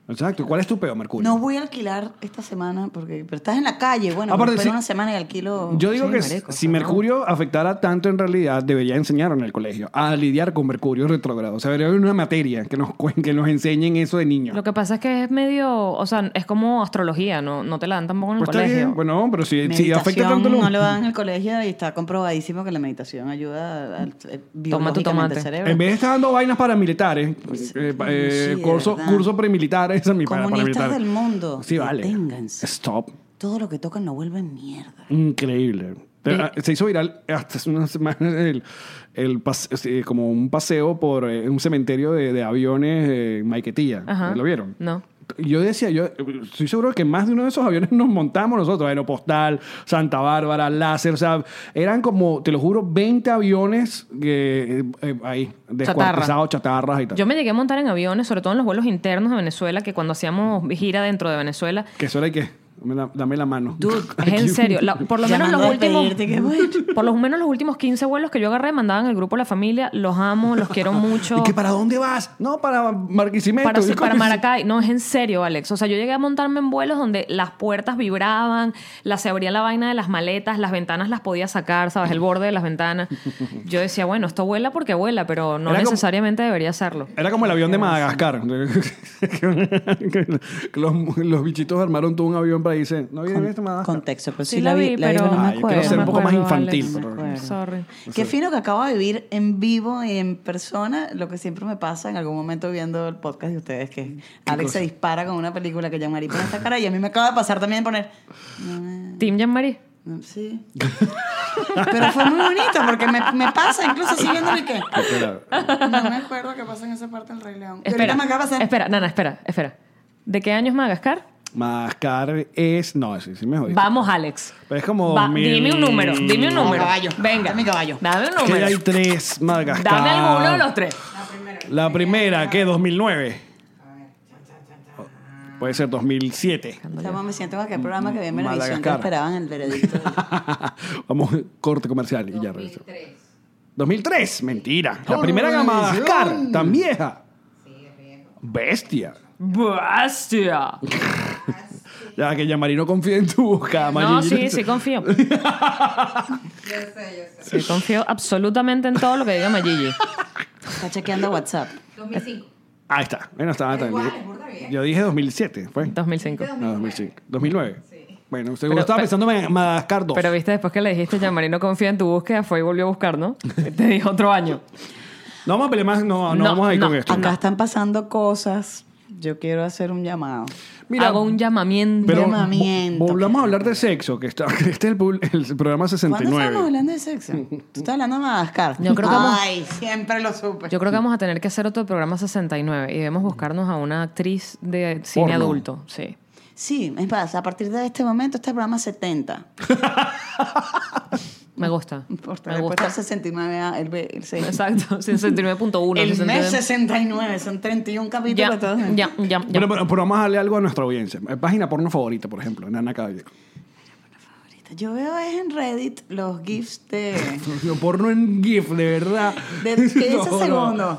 [SPEAKER 2] Exacto. ¿Cuál es tu peo, Mercurio?
[SPEAKER 4] No voy a alquilar esta semana porque pero estás en la calle. Bueno,
[SPEAKER 2] Aparte,
[SPEAKER 4] espero
[SPEAKER 2] sí.
[SPEAKER 4] una semana y alquilo.
[SPEAKER 2] Yo digo
[SPEAKER 1] Sí,
[SPEAKER 2] que
[SPEAKER 1] marico,
[SPEAKER 2] si
[SPEAKER 1] no.
[SPEAKER 2] Mercurio afectara tanto en realidad, debería enseñar en el colegio a lidiar con Mercurio retrogrado. O sea, debería haber una materia que nos, cuen- que nos enseñen eso de niños.
[SPEAKER 1] Lo que pasa es que es medio, o sea, es como astrología, no, no te la dan tampoco en el
[SPEAKER 2] Pues está
[SPEAKER 1] colegio.
[SPEAKER 2] bien, bueno, pero si, si
[SPEAKER 4] Meditación
[SPEAKER 2] afecta tanto lo-
[SPEAKER 4] no lo dan en el colegio y está comprobadísimo que la meditación ayuda al, al- biológicamente
[SPEAKER 1] tomate.
[SPEAKER 4] al cerebro.
[SPEAKER 2] En vez de estar dando vainas paramilitares, eh, eh,
[SPEAKER 4] Pues, sí, de
[SPEAKER 2] curso,
[SPEAKER 4] verdad.
[SPEAKER 2] curso premilitares, esa es mi para-
[SPEAKER 4] Comunistas
[SPEAKER 2] paramilitares.
[SPEAKER 4] del mundo,
[SPEAKER 2] Sí, vale.
[SPEAKER 4] deténganse.
[SPEAKER 2] Stop.
[SPEAKER 4] Todo lo que tocan lo vuelven mierda.
[SPEAKER 2] Increíble. Pero, ah, se hizo viral hasta hace unas semanas el, el pas- sí, como un paseo por eh, un cementerio de, de aviones en Maiquetía.
[SPEAKER 1] Ajá.
[SPEAKER 2] ¿Lo vieron?
[SPEAKER 1] No.
[SPEAKER 2] Yo decía, yo estoy seguro que más de uno de esos aviones nos montamos nosotros, Aeropostal, Santa Bárbara, Láser, o sea, eran como, te lo juro, 20 aviones que, eh, eh, ahí, descuartizados, chatarras y tal.
[SPEAKER 1] Yo me llegué a montar en aviones, sobre todo en los vuelos internos de Venezuela, que cuando hacíamos gira dentro de Venezuela.
[SPEAKER 2] Que eso era y que, dame la, dame la mano.
[SPEAKER 4] Dude,
[SPEAKER 1] Es en serio, la- por lo menos los
[SPEAKER 4] Llamando a
[SPEAKER 1] últimos
[SPEAKER 4] pedirte que vuelva.
[SPEAKER 1] por lo menos los últimos 15 vuelos que yo agarré mandaban el grupo La Familia, los amo, los quiero mucho.
[SPEAKER 2] ¿Y que para dónde vas? No, para Marquisimeto.
[SPEAKER 1] para,
[SPEAKER 2] Y
[SPEAKER 1] para
[SPEAKER 2] coño,
[SPEAKER 1] Maracay. No, es en serio, Alex. O sea, yo llegué a montarme en vuelos donde las puertas vibraban, la, se abría la vaina de las maletas, las ventanas las podía sacar, ¿sabes? El borde de las ventanas. Yo decía, bueno, esto vuela porque vuela, pero no
[SPEAKER 2] Era como-
[SPEAKER 1] necesariamente debería hacerlo.
[SPEAKER 2] Era como el avión de Madagascar. Que los, los bichitos armaron todo un avión para irse. No viene este Madagascar.
[SPEAKER 4] Contexto, pero sí,
[SPEAKER 1] Sí, la vi, pero...
[SPEAKER 4] no me
[SPEAKER 2] Ah, yo quiero
[SPEAKER 4] acuerdo.
[SPEAKER 2] ser un poco más
[SPEAKER 1] No me acuerdo,
[SPEAKER 2] infantil,
[SPEAKER 1] Alex.
[SPEAKER 4] pero-
[SPEAKER 1] Sorry.
[SPEAKER 4] Qué fino que acabo de vivir en vivo y en persona lo que siempre me pasa en algún momento viendo el podcast de ustedes, que Alex se dispara con una película que llamaría pone esta cara y a mí me acaba de pasar también poner... "No, no,
[SPEAKER 1] Team Jean-Marie.
[SPEAKER 4] no, Sí. Pero fue muy bonito porque me, me pasa incluso así viéndolo y que...
[SPEAKER 2] Espera.
[SPEAKER 4] No me acuerdo que pasa en esa parte del Rey León. Y ahorita
[SPEAKER 1] Espera,
[SPEAKER 4] me acaba de pasar...
[SPEAKER 1] espera, Nana, espera, espera. ¿De qué año es Madagascar?
[SPEAKER 2] Madagascar es. No, sí, sí me jodiste.
[SPEAKER 1] Vamos, Alex.
[SPEAKER 2] Pero es como
[SPEAKER 1] Va-
[SPEAKER 2] mil-
[SPEAKER 1] Dime un número, dime un
[SPEAKER 4] No,
[SPEAKER 1] número.
[SPEAKER 4] caballo.
[SPEAKER 1] Venga,
[SPEAKER 4] Dame caballo.
[SPEAKER 1] Dame un
[SPEAKER 2] Que
[SPEAKER 1] número.
[SPEAKER 2] hay tres Madagascar.
[SPEAKER 1] Dame alguno de los tres.
[SPEAKER 2] La primera, ¿qué? 2009. Oh, Puede ser 2007.
[SPEAKER 4] Chamo, me siento en aquel programa que vi en Venevisión que
[SPEAKER 2] Madagascar.
[SPEAKER 4] esperaban el veredicto.
[SPEAKER 2] Vamos, corte comercial y ya regresamos. 2003, mentira. La primera era Madagascar, tan vieja. Bestia.
[SPEAKER 1] Bestia.
[SPEAKER 2] Ya que Yamari no confía en tu boca,
[SPEAKER 1] No,
[SPEAKER 2] Marina.
[SPEAKER 1] sí, sí confío. Sí, confío absolutamente en todo lo que diga Mayigi.
[SPEAKER 4] Está chequeando WhatsApp.
[SPEAKER 2] Ahí está. Bueno, estaba tan Yo dije 2007, fue.
[SPEAKER 1] 2005.
[SPEAKER 2] No, 2005. 2009. Bueno, seguro
[SPEAKER 1] Pero-
[SPEAKER 2] estaba
[SPEAKER 1] pero-
[SPEAKER 2] pensando en Madagascar 2.
[SPEAKER 1] Pero viste, después que le dijiste, Yamari no confía en tu búsqueda, fue y volvió a buscar, ¿no? Te dijo otro año.
[SPEAKER 2] no vamos a pelear más, no, no,
[SPEAKER 1] No,
[SPEAKER 2] vamos a ir
[SPEAKER 1] no.
[SPEAKER 2] con esto.
[SPEAKER 4] Acá están pasando cosas. Yo quiero hacer un llamado.
[SPEAKER 2] Mira,
[SPEAKER 1] Hago un llamamiento.
[SPEAKER 2] pero
[SPEAKER 4] llamamiento.
[SPEAKER 2] vo- volvamos a hablar de sexo, que está, que este es el, pul- el programa
[SPEAKER 4] ¿Cuándo
[SPEAKER 2] 69.
[SPEAKER 4] estamos hablando de sexo? Tú estás hablando de Madagascar.
[SPEAKER 1] Yo creo que vamos-
[SPEAKER 4] Ay, siempre lo supe.
[SPEAKER 1] Yo creo que vamos a tener que hacer otro programa 69 y debemos buscarnos a una actriz de cine
[SPEAKER 2] Porno.
[SPEAKER 1] adulto. Sí.
[SPEAKER 4] Sí, es más, a partir de este momento este programa es 70.
[SPEAKER 1] Me gusta.
[SPEAKER 4] No importa,
[SPEAKER 1] Me
[SPEAKER 4] después
[SPEAKER 1] gusta.
[SPEAKER 4] del 69 a- ah, el, B- el seis.
[SPEAKER 1] Exacto. 69.1.
[SPEAKER 4] El
[SPEAKER 1] 69.
[SPEAKER 4] mes 69, son 31 capítulos
[SPEAKER 1] Ya,
[SPEAKER 4] todos.
[SPEAKER 1] ya, ya, ya.
[SPEAKER 2] Pero, pero- pero vamos a darle algo a nuestra audiencia. Eh, Página porno favorita, por ejemplo, Nana Caballero.
[SPEAKER 4] Yo veo es en Reddit los GIFs de...
[SPEAKER 2] Yo porno en GIF, de verdad.
[SPEAKER 4] de 15
[SPEAKER 2] No, no.
[SPEAKER 4] segundos.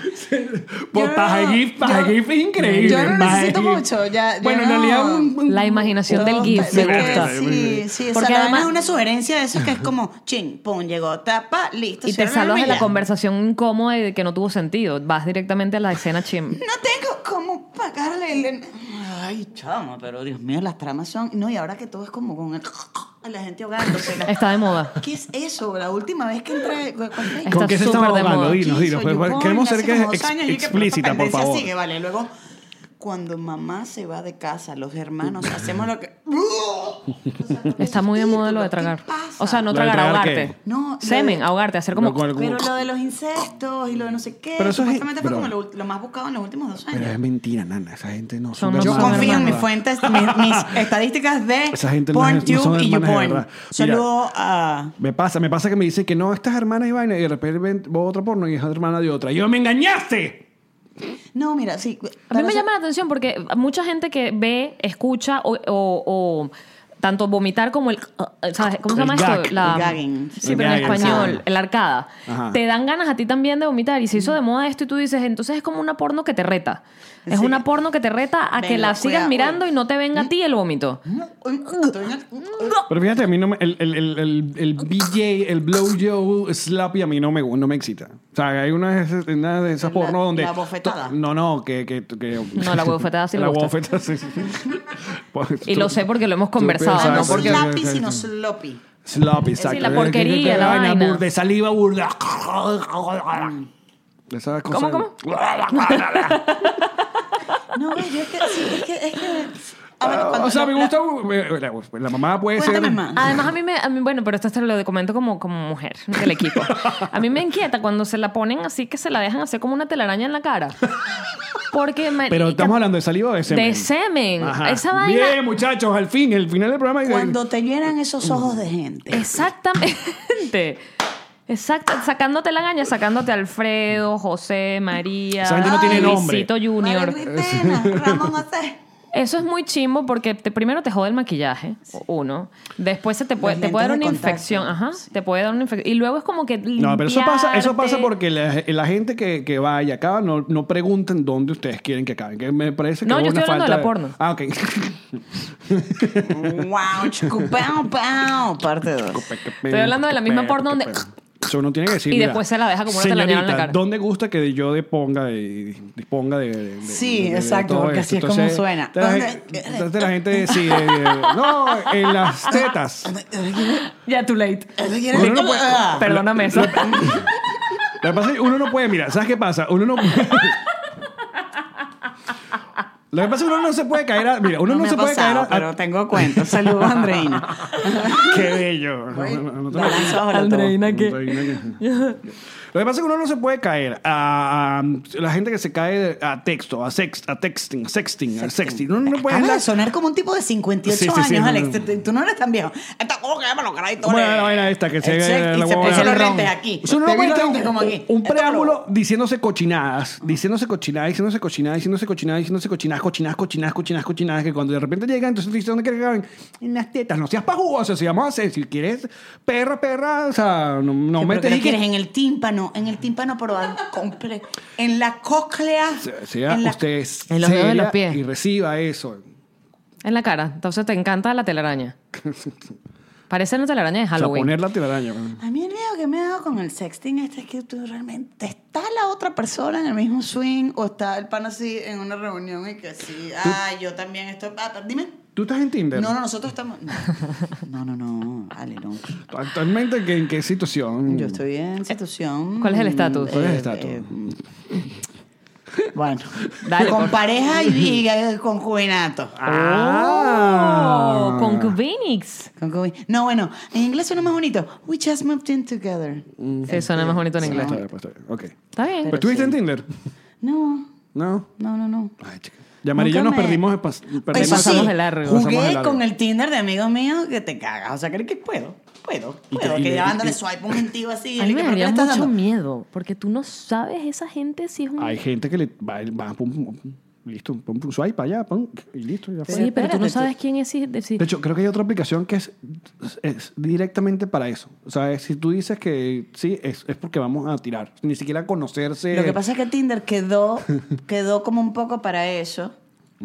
[SPEAKER 2] Por
[SPEAKER 4] Yo
[SPEAKER 2] Pues, paja
[SPEAKER 4] no-
[SPEAKER 2] GIF, paja
[SPEAKER 4] yo-
[SPEAKER 2] GIF es increíble.
[SPEAKER 4] yo no
[SPEAKER 2] paja
[SPEAKER 4] necesito
[SPEAKER 2] GIF.
[SPEAKER 4] mucho, ya- yo
[SPEAKER 2] bueno, en
[SPEAKER 4] no-
[SPEAKER 2] realidad un, un-
[SPEAKER 1] La imaginación del
[SPEAKER 4] Todo-
[SPEAKER 1] GIF
[SPEAKER 4] de
[SPEAKER 1] me
[SPEAKER 4] que
[SPEAKER 1] gusta.
[SPEAKER 4] Sí, sí,
[SPEAKER 1] Porque
[SPEAKER 4] Porque
[SPEAKER 1] además-
[SPEAKER 4] es una sugerencia de eso que es como, ching, pum, llegó, tapa, listo.
[SPEAKER 1] Y te
[SPEAKER 4] cierra
[SPEAKER 1] salvas de la
[SPEAKER 4] hormilla.
[SPEAKER 1] conversación incómoda y de que no tuvo sentido. Vas directamente a la escena chim.
[SPEAKER 4] No tengo cómo pagarle. el- Ay, chamo, pero Dios mío, las tramas son. No, y ahora que todo es como con el- la gente ahogándose. la-
[SPEAKER 1] Está de moda.
[SPEAKER 4] ¿Qué es eso? La última vez que entré. ¿cu- cuál fue?
[SPEAKER 1] Está
[SPEAKER 2] ¿Con qué se están
[SPEAKER 1] súper de
[SPEAKER 2] ahogando?
[SPEAKER 1] moda.
[SPEAKER 2] Dinos, dinos.
[SPEAKER 4] Hizo
[SPEAKER 2] pues,
[SPEAKER 4] YouPorn
[SPEAKER 2] queremos
[SPEAKER 4] hace
[SPEAKER 2] ser que
[SPEAKER 4] como dos
[SPEAKER 2] ex-
[SPEAKER 4] años y que por
[SPEAKER 2] explícita, por
[SPEAKER 4] pendencia
[SPEAKER 2] favor.
[SPEAKER 4] Sigue, vale. Luego, cuando mamá se va de casa, los hermanos hacemos lo que.
[SPEAKER 1] Está muy de moda lo de tragar.
[SPEAKER 4] ¿Qué pasa?
[SPEAKER 1] O sea, no
[SPEAKER 2] ¿Lo de
[SPEAKER 1] tragar,
[SPEAKER 2] tragar
[SPEAKER 1] ahogarte.
[SPEAKER 2] qué?
[SPEAKER 4] No, lo
[SPEAKER 1] Semen,
[SPEAKER 4] de-
[SPEAKER 1] ahogarte, hacer como.
[SPEAKER 2] Lo cual-
[SPEAKER 4] Pero lo de los insectos y lo de no sé qué,
[SPEAKER 2] Pero eso es-
[SPEAKER 4] supuestamente fue
[SPEAKER 2] pero-
[SPEAKER 4] como lo, lo más buscado en los últimos dos
[SPEAKER 2] Pero es
[SPEAKER 4] años.
[SPEAKER 2] mentira, Nana. Esa gente no
[SPEAKER 1] Son- no
[SPEAKER 4] Yo
[SPEAKER 1] son
[SPEAKER 4] confío en
[SPEAKER 1] hermanas.
[SPEAKER 4] mis fuentes, mis, mis estadísticas de
[SPEAKER 2] Esa gente no es- no
[SPEAKER 4] PornTube
[SPEAKER 2] son
[SPEAKER 4] y
[SPEAKER 2] hermanas de
[SPEAKER 4] YouPorn.
[SPEAKER 2] verdad. Mira.
[SPEAKER 4] Saludo a...
[SPEAKER 2] Me pasa, me pasa que me dicen que no, estas hermanas y vaina, y de repente ven otro porno y es hermana de otra. ¡Yo me engañaste!
[SPEAKER 4] No, mira, sí.
[SPEAKER 1] A mí
[SPEAKER 4] para
[SPEAKER 1] me
[SPEAKER 4] ser-
[SPEAKER 1] llama la atención porque mucha gente que ve, escucha o, o- o tanto vomitar como el. uh, ¿sabes? ¿Cómo se
[SPEAKER 2] El
[SPEAKER 1] llama esto?
[SPEAKER 2] gag.
[SPEAKER 1] La-
[SPEAKER 4] El gagging.
[SPEAKER 1] Sí,
[SPEAKER 2] El
[SPEAKER 1] pero en
[SPEAKER 2] gagging.
[SPEAKER 1] español,
[SPEAKER 2] Arcada.
[SPEAKER 1] el arcada.
[SPEAKER 2] Ajá.
[SPEAKER 1] Te dan ganas a ti también de vomitar y se hizo de moda esto y tú dices, entonces es como una porno que te reta. Es
[SPEAKER 4] Sí.
[SPEAKER 1] una porno que te reta a que
[SPEAKER 4] Venga,
[SPEAKER 1] la sigas
[SPEAKER 4] cuidado.
[SPEAKER 1] mirando y no te venga a ti el vómito.
[SPEAKER 2] Pero fíjate, a mí no me, el, el, el, el, el BJ, el Blow Joe Slappy a mí no me, no me excita. O sea, hay una de esas, una de esas
[SPEAKER 4] La-
[SPEAKER 2] porno donde...
[SPEAKER 4] la bofetada.
[SPEAKER 2] No, no, que... que, que-
[SPEAKER 1] No, la bofetada sí
[SPEAKER 2] La
[SPEAKER 1] le gusta.
[SPEAKER 2] bofetada sí. sí. Pues,
[SPEAKER 1] Y
[SPEAKER 2] tú-
[SPEAKER 1] lo sé porque lo hemos conversado, no
[SPEAKER 2] pensabas-
[SPEAKER 4] No,
[SPEAKER 2] Exacto,
[SPEAKER 4] porque
[SPEAKER 2] sí,
[SPEAKER 4] lápiz,
[SPEAKER 2] sí, sí,
[SPEAKER 4] sino
[SPEAKER 2] sí.
[SPEAKER 4] sloppy.
[SPEAKER 2] Sloppy, exacto.
[SPEAKER 1] la porquería, la vaina.
[SPEAKER 2] bur- De saliva burda. Esas cosas.
[SPEAKER 1] ¿Cómo, Mm. cómo?
[SPEAKER 4] No, yo es que... Sí, es que, es que a ver, cuando-
[SPEAKER 2] Ah, O sea, me
[SPEAKER 4] la-
[SPEAKER 2] gusta... La, pues, la mamá puede
[SPEAKER 4] Cuéntame
[SPEAKER 2] ser...
[SPEAKER 4] más.
[SPEAKER 1] Además, a mí me. a mí- bueno, pero esto te lo documento como, como mujer del equipo. A mí me inquieta cuando se la ponen así que se la dejan hacer como una telaraña en la cara. Porque,
[SPEAKER 2] Pero
[SPEAKER 1] marica,
[SPEAKER 2] estamos hablando de saliva o de semen.
[SPEAKER 1] de semen.
[SPEAKER 2] Ajá.
[SPEAKER 1] Esa vaina.
[SPEAKER 2] Bien, muchachos, al fin, el final del programa.
[SPEAKER 4] Cuando te llenan esos ojos de gente.
[SPEAKER 1] Exactamente. Exacto, sacándote la gaña, sacándote a Alfredo, José, María,
[SPEAKER 2] Esa gente no tiene nombre.
[SPEAKER 1] Luisito Junior.
[SPEAKER 4] María Cristina, Ramón José.
[SPEAKER 1] Eso es muy chimbo porque te- primero te jode el maquillaje, uno. Después se te puede,
[SPEAKER 4] Los
[SPEAKER 1] te puede dar una
[SPEAKER 4] lentes de contacto,
[SPEAKER 1] infección, ajá,
[SPEAKER 4] sí.
[SPEAKER 1] te puede dar una infección. Y luego es como que
[SPEAKER 2] No, pero eso pasa, eso pasa
[SPEAKER 1] limpiarte.
[SPEAKER 2] porque la, la gente que, que va y acaba no, no preguntan dónde ustedes quieren que acaben. Que me parece que
[SPEAKER 1] No,
[SPEAKER 2] es
[SPEAKER 1] yo
[SPEAKER 2] una
[SPEAKER 1] estoy hablando de la
[SPEAKER 2] falta
[SPEAKER 1] porno.
[SPEAKER 2] Ah, ok.
[SPEAKER 4] wow, chucu, pau, pau. Parte 2.
[SPEAKER 1] Estoy hablando de la misma porno donde-
[SPEAKER 2] Eso no tiene que decir.
[SPEAKER 1] Y
[SPEAKER 2] mira,
[SPEAKER 1] después se la deja como una telaraña en la
[SPEAKER 2] señorita,
[SPEAKER 1] cara.
[SPEAKER 2] ¿Dónde gusta que yo disponga de, disponga de, de- de-
[SPEAKER 4] Sí,
[SPEAKER 2] de- de
[SPEAKER 4] exacto,
[SPEAKER 2] todo
[SPEAKER 4] porque
[SPEAKER 2] esto?
[SPEAKER 4] así es como
[SPEAKER 2] Entonces,
[SPEAKER 4] suena.
[SPEAKER 2] La,
[SPEAKER 4] ¿Dónde-
[SPEAKER 2] gente- entonces la gente decide, eh, no, en las tetas.
[SPEAKER 1] Ya too late.
[SPEAKER 2] Uno no puede-
[SPEAKER 1] Perdóname eso.
[SPEAKER 2] Lo que pasa es que uno no puede, mira, ¿sabes qué pasa? Uno no puede. Lo que pasa es que uno no se puede caer a. Mira, uno
[SPEAKER 4] No
[SPEAKER 2] no,
[SPEAKER 4] me
[SPEAKER 2] se
[SPEAKER 4] ha
[SPEAKER 2] puede
[SPEAKER 4] pasado,
[SPEAKER 2] caer a.
[SPEAKER 4] pero tengo cuentos. Saludos, Andreina.
[SPEAKER 2] Qué bello. No, no, no te-
[SPEAKER 4] La lanzo bajo la
[SPEAKER 1] Andreina,
[SPEAKER 2] no
[SPEAKER 1] ¿qué?
[SPEAKER 2] te imaginas que- Lo que pasa es que uno no se puede caer a, a- la gente que se cae a texto, a, sex, a texting, a sexting, a sexting. Uno no puede.
[SPEAKER 4] Acaba de sonar como un tipo de 58
[SPEAKER 2] Sí, sí, sí,
[SPEAKER 4] años,
[SPEAKER 2] no,
[SPEAKER 4] Alex.
[SPEAKER 2] no.
[SPEAKER 4] Tú- Tú no eres tan viejo. Esta cosa que llama los caray, tú
[SPEAKER 2] ¿Cómo
[SPEAKER 4] eres-
[SPEAKER 2] era la vaina esta que se
[SPEAKER 4] el
[SPEAKER 2] la
[SPEAKER 4] sex- y se
[SPEAKER 2] huevona?
[SPEAKER 4] puso
[SPEAKER 2] El
[SPEAKER 4] los
[SPEAKER 2] ron.
[SPEAKER 4] lentes aquí.
[SPEAKER 2] O sea, uno
[SPEAKER 4] Te
[SPEAKER 2] no
[SPEAKER 4] vi los
[SPEAKER 2] cuenta
[SPEAKER 4] lentes como
[SPEAKER 2] un-
[SPEAKER 4] aquí.
[SPEAKER 2] Un
[SPEAKER 4] Esto
[SPEAKER 2] preámbulo diciéndose cochinadas, diciéndose cochinadas, diciéndose cochinadas, diciéndose cochinadas, diciéndose cochinadas, cochinadas, cochinadas, cochinadas, cochinadas, que cuando de repente llegan, entonces te dicen, ¿dónde quieres que acaben? En las tetas, no seas pajú, o sea, si vamos a hacer, si quieres perra, perra, o sea, no, no
[SPEAKER 4] Pero
[SPEAKER 2] me
[SPEAKER 4] que
[SPEAKER 2] te
[SPEAKER 4] lo quieres en el tímpano, en el tímpano, pero al comple- en la cóclea.
[SPEAKER 2] Sea
[SPEAKER 4] en la-
[SPEAKER 2] usted
[SPEAKER 1] En los dedos de los
[SPEAKER 2] seria
[SPEAKER 1] pies.
[SPEAKER 2] y reciba eso.
[SPEAKER 1] En la cara. Entonces te encanta la telaraña. Parece una telaraña de
[SPEAKER 2] O sea,
[SPEAKER 1] Halloween.
[SPEAKER 2] poner la telaraña.
[SPEAKER 4] A mí el miedo que me ha dado con el sexting este es que tú realmente está la otra persona en el mismo swing o está el pan así en una reunión y que sí, ah, yo también estoy. ah, pa- dime.
[SPEAKER 2] ¿Tú estás en Tinder?
[SPEAKER 4] No, no, nosotros estamos. No, no, no, Ale, no.
[SPEAKER 2] ¿Actualmente ¿qué- en qué situación?
[SPEAKER 4] Yo estoy en situación.
[SPEAKER 1] Eh, ¿Cuál es el estatus?
[SPEAKER 2] ¿Cuál es el
[SPEAKER 4] eh,
[SPEAKER 2] estatus?
[SPEAKER 4] eh, bueno,
[SPEAKER 1] Dale,
[SPEAKER 4] con
[SPEAKER 1] por- Ah.
[SPEAKER 4] pareja y, y con juvenato.
[SPEAKER 2] Ah.
[SPEAKER 1] Oh, con Cubinix.
[SPEAKER 4] Con cubi- No, bueno, en inglés suena más bonito. We just moved in together.
[SPEAKER 1] Sí, suena más bonito en
[SPEAKER 2] Ah,
[SPEAKER 1] inglés.
[SPEAKER 2] está bien, pues, está bien. Ok.
[SPEAKER 1] Está bien.
[SPEAKER 2] ¿Pero estuviste en Tinder?
[SPEAKER 4] No,
[SPEAKER 2] No.
[SPEAKER 4] no, no, no.
[SPEAKER 2] Ay, chica. Y amarillo
[SPEAKER 4] Nunca
[SPEAKER 2] nos
[SPEAKER 4] me-
[SPEAKER 2] perdimos, de pas- perdimos-
[SPEAKER 4] Eso sí,
[SPEAKER 1] pasamos de largo,
[SPEAKER 4] Jugué
[SPEAKER 2] pasamos de largo.
[SPEAKER 4] con el Tinder de amigos míos que te cagas. O sea, creo que puedo. Puedo.
[SPEAKER 2] Y
[SPEAKER 4] Puedo.
[SPEAKER 2] te- y-
[SPEAKER 4] que
[SPEAKER 2] y-
[SPEAKER 4] ya dándole
[SPEAKER 2] y-
[SPEAKER 4] swipe a un gentío así.
[SPEAKER 1] A mí
[SPEAKER 4] y
[SPEAKER 1] me
[SPEAKER 4] que, ¿pero qué le
[SPEAKER 1] daría
[SPEAKER 4] estás
[SPEAKER 1] mucho
[SPEAKER 4] dando?
[SPEAKER 1] miedo, porque tú no sabes esa gente si es un...
[SPEAKER 2] Hay gente que le va, va pum, pum, pum, listo, pum, pum, swipe para allá, pum, y listo, ya fue.
[SPEAKER 1] sí, pero tú
[SPEAKER 4] espérate,
[SPEAKER 1] no
[SPEAKER 4] tú-
[SPEAKER 1] sabes quién es. si- de- si-
[SPEAKER 2] De hecho, creo que hay otra aplicación que es, es directamente para eso. O sea, es- si tú dices que sí, es, es porque vamos a tirar. Ni siquiera conocerse.
[SPEAKER 4] Lo que pasa es que Tinder quedó, quedó como un poco para eso.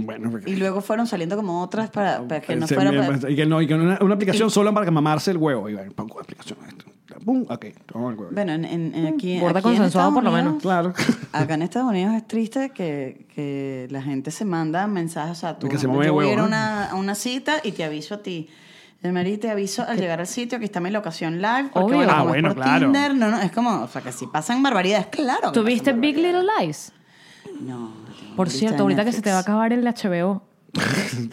[SPEAKER 2] Bueno, porque- eh,
[SPEAKER 4] Y luego fueron saliendo como otras para, para que no
[SPEAKER 2] Se-
[SPEAKER 4] fueran. para-
[SPEAKER 2] y que no, y que una, una aplicación solo para mamarse el huevo. Y bueno, pongo aplicación. Esto. Pum, ok, tomamos el huevo.
[SPEAKER 4] Bueno, en, en- en aquí.
[SPEAKER 1] Gorda
[SPEAKER 4] aquí en
[SPEAKER 1] consensuada,
[SPEAKER 4] Estados
[SPEAKER 1] por lo
[SPEAKER 4] Unidos-
[SPEAKER 1] menos.
[SPEAKER 2] Claro.
[SPEAKER 4] Acá en Estados Unidos es triste que, que la gente se manda mensajes. O sea, tú,
[SPEAKER 2] Que se
[SPEAKER 4] yo
[SPEAKER 2] mueve
[SPEAKER 4] voy a
[SPEAKER 2] huevo,
[SPEAKER 4] ir a
[SPEAKER 2] ¿no?
[SPEAKER 4] una, a una cita y te aviso a ti. Eh, Mary, te aviso al llegar al sitio que está mi locación live. Porque,
[SPEAKER 1] Obvio.
[SPEAKER 4] Bueno,
[SPEAKER 1] Ah,
[SPEAKER 4] como es
[SPEAKER 2] bueno,
[SPEAKER 4] por
[SPEAKER 2] claro.
[SPEAKER 4] Tinder, no, no, es como, o sea, que si pasan barbaridades, claro. que
[SPEAKER 1] ¿Tuviste
[SPEAKER 4] pasan
[SPEAKER 1] Big
[SPEAKER 4] barbaridades.
[SPEAKER 1] Little Lies?
[SPEAKER 4] No.
[SPEAKER 1] Por cierto, ahorita que se te va a acabar el HBO.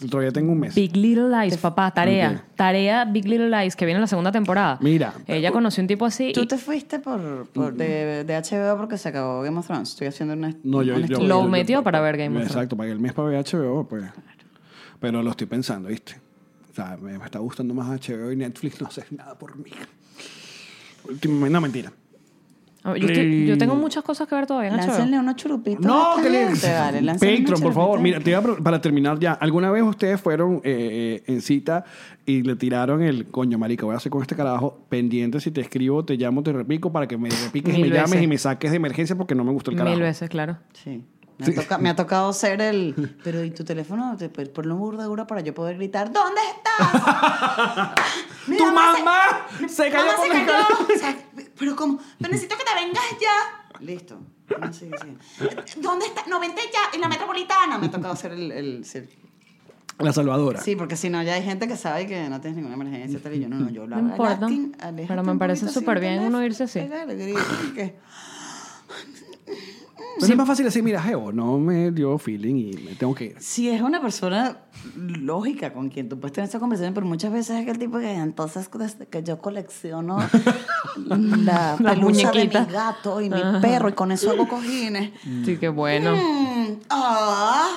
[SPEAKER 2] Todavía tengo un mes.
[SPEAKER 1] Big Little Lies, papá, tarea. Tarea Big Little Lies, que viene la segunda temporada.
[SPEAKER 2] Mira.
[SPEAKER 1] Ella conoció un tipo así.
[SPEAKER 4] Tú
[SPEAKER 1] y-
[SPEAKER 4] te fuiste por, por- de, de HBO porque se acabó Game of Thrones. Estoy haciendo una.
[SPEAKER 2] No, yo,
[SPEAKER 4] un
[SPEAKER 2] yo-
[SPEAKER 4] estudio.
[SPEAKER 1] Lo
[SPEAKER 2] yo- yo-
[SPEAKER 1] metió para ver Game of Thrones.
[SPEAKER 2] Exacto, para el mes para ver HBO, pues. Pero lo estoy pensando, ¿viste? O sea, me, me está gustando más HBO y Netflix no hace nada por mí. Últimamente, no, mentira.
[SPEAKER 1] Oh, Yo, estoy- yo tengo muchas cosas que ver todavía en
[SPEAKER 4] Láncenle
[SPEAKER 1] HBO.
[SPEAKER 4] unos churupitos. a
[SPEAKER 2] No,
[SPEAKER 4] esta
[SPEAKER 2] que le...
[SPEAKER 4] gente, vale, láncenle unos
[SPEAKER 2] Patreon, por favor.
[SPEAKER 4] churupitos.
[SPEAKER 2] Mira, te iba a pro- para terminar ya. ¿Alguna vez ustedes fueron eh, eh, en cita y le tiraron el coño, marica, voy a hacer con este carajo pendiente si te escribo, te llamo, te repico para que me repiques y
[SPEAKER 1] Mil
[SPEAKER 2] me llames
[SPEAKER 1] veces.
[SPEAKER 2] y me saques de emergencia porque no me gustó el carajo?
[SPEAKER 1] Mil veces, claro.
[SPEAKER 4] Sí. Me, ha toca- me ha tocado ser el. Pero ¿y tu teléfono? Te- pues, Ponlo en burda dura para yo poder gritar: ¿Dónde estás? Mira,
[SPEAKER 2] ¡Tu mamá se cayó
[SPEAKER 4] mamá
[SPEAKER 2] por
[SPEAKER 4] se
[SPEAKER 2] la
[SPEAKER 4] cayó.
[SPEAKER 2] escalera!
[SPEAKER 4] O sea, pero como, pero necesito que te vengas ya. Listo. No, sí, sí. ¿Dónde está? No, vente ya, en la metropolitana. Me ha tocado ser el. el- sí.
[SPEAKER 2] La Salvadora.
[SPEAKER 4] Sí, porque si no, ya hay gente que sabe que no tienes ninguna emergencia. Tal, y yo no, no, yo lo
[SPEAKER 1] No
[SPEAKER 4] hago.
[SPEAKER 1] importa,
[SPEAKER 4] Alastín,
[SPEAKER 1] pero
[SPEAKER 4] aléjate
[SPEAKER 1] me
[SPEAKER 4] un
[SPEAKER 1] parece
[SPEAKER 4] poquito, sí,
[SPEAKER 1] súper bien
[SPEAKER 4] teléfono,
[SPEAKER 1] uno irse así.
[SPEAKER 4] pegar el grito, que-
[SPEAKER 2] No es más fácil decir, mira, Geo, no me dio feeling y me tengo que ir.
[SPEAKER 4] Si es una persona lógica con quien tú puedes tener esa conversación, pero muchas veces es aquel tipo que entonces desde que yo colecciono la
[SPEAKER 1] Las
[SPEAKER 4] pelusa de mi
[SPEAKER 1] muñequitas.
[SPEAKER 4] gato y mi perro y con eso hago cojines.
[SPEAKER 1] Sí, qué bueno.
[SPEAKER 4] Mm, ah,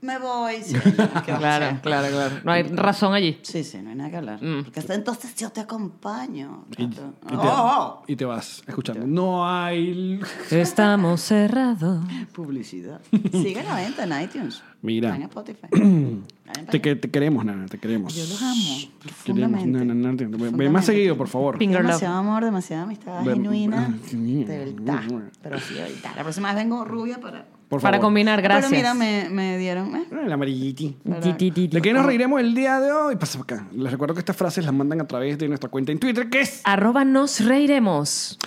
[SPEAKER 4] me voy. Sí, no, qué
[SPEAKER 1] Claro,
[SPEAKER 4] gracia.
[SPEAKER 1] claro, claro. No hay
[SPEAKER 2] Mm.
[SPEAKER 1] razón allí.
[SPEAKER 4] Sí, sí, no hay nada que hablar. Porque hasta entonces yo te acompaño.
[SPEAKER 2] Y, y te,
[SPEAKER 4] gato. Oh,
[SPEAKER 2] y te vas escuchando. No hay.
[SPEAKER 1] Estamos cerrados.
[SPEAKER 4] oh, publicidad. Sigue la venta en iTunes.
[SPEAKER 2] Mira.
[SPEAKER 4] Está En Spotify. Está en
[SPEAKER 2] Te, que- te queremos, Nana, te queremos.
[SPEAKER 4] Yo los amo,
[SPEAKER 2] Te queremos,
[SPEAKER 4] profundamente.
[SPEAKER 2] Nana, Nana, te- ve- Ve más
[SPEAKER 4] Profundamente.
[SPEAKER 2] seguido, por favor.
[SPEAKER 1] Finger love.
[SPEAKER 4] Demasiado amor, demasiada amistad
[SPEAKER 2] Dem-
[SPEAKER 4] genuina.
[SPEAKER 2] ah, sí,
[SPEAKER 4] De verdad.
[SPEAKER 2] bueno.
[SPEAKER 4] Pero sí, de verdad. La próxima vez vengo rubia para.
[SPEAKER 2] Por
[SPEAKER 1] Para
[SPEAKER 2] favor.
[SPEAKER 1] combinar, gracias.
[SPEAKER 4] Pero mira, me, me dieron. eh,
[SPEAKER 2] El amarilliti.
[SPEAKER 1] Ti, ti, ti, ti.
[SPEAKER 2] ¿De qué nos reiremos el día de hoy? Pasa acá. Les recuerdo que estas frases las mandan a través de nuestra cuenta en Twitter, que es
[SPEAKER 1] Arroba nos reiremos.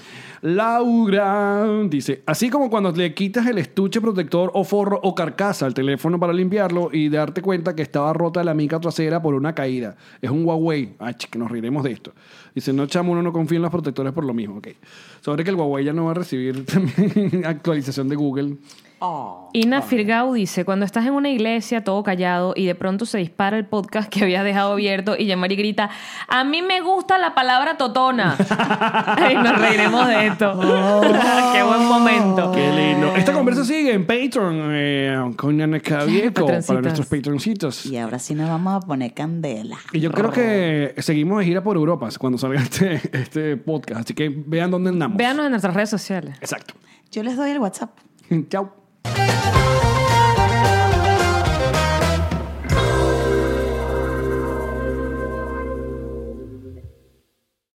[SPEAKER 2] Laura. Dice, así como cuando le quitas el estuche protector o forro o carcasa al teléfono para limpiarlo y darte cuenta que estaba rota la mica trasera por una caída. Es un Huawei. Ah, que nos reiremos de esto. Dice, no, chamo, uno no confía en los protectores por lo mismo. Ok. Sobre que el Huawei ya no va a recibir también actualización de Google.
[SPEAKER 1] Ina Firgau dice, cuando estás en una iglesia todo callado y de pronto se dispara el podcast que habías dejado abierto y Yamari grita, a mí me gusta la palabra totona. y nos reiremos de esto. Qué buen momento.
[SPEAKER 2] Oh. Qué lindo. Eh, Esta conversa sigue en Patreon eh, con Ana Cavieco para
[SPEAKER 1] patroncitas.
[SPEAKER 2] nuestros patroncitos.
[SPEAKER 4] Y ahora sí nos vamos a poner candela.
[SPEAKER 2] Y yo creo que seguimos de gira por Europa cuando salga este, este podcast. Así que vean dónde andamos.
[SPEAKER 1] Véanos en nuestras redes sociales.
[SPEAKER 2] Exacto.
[SPEAKER 4] Yo les doy el WhatsApp.
[SPEAKER 2] Chao.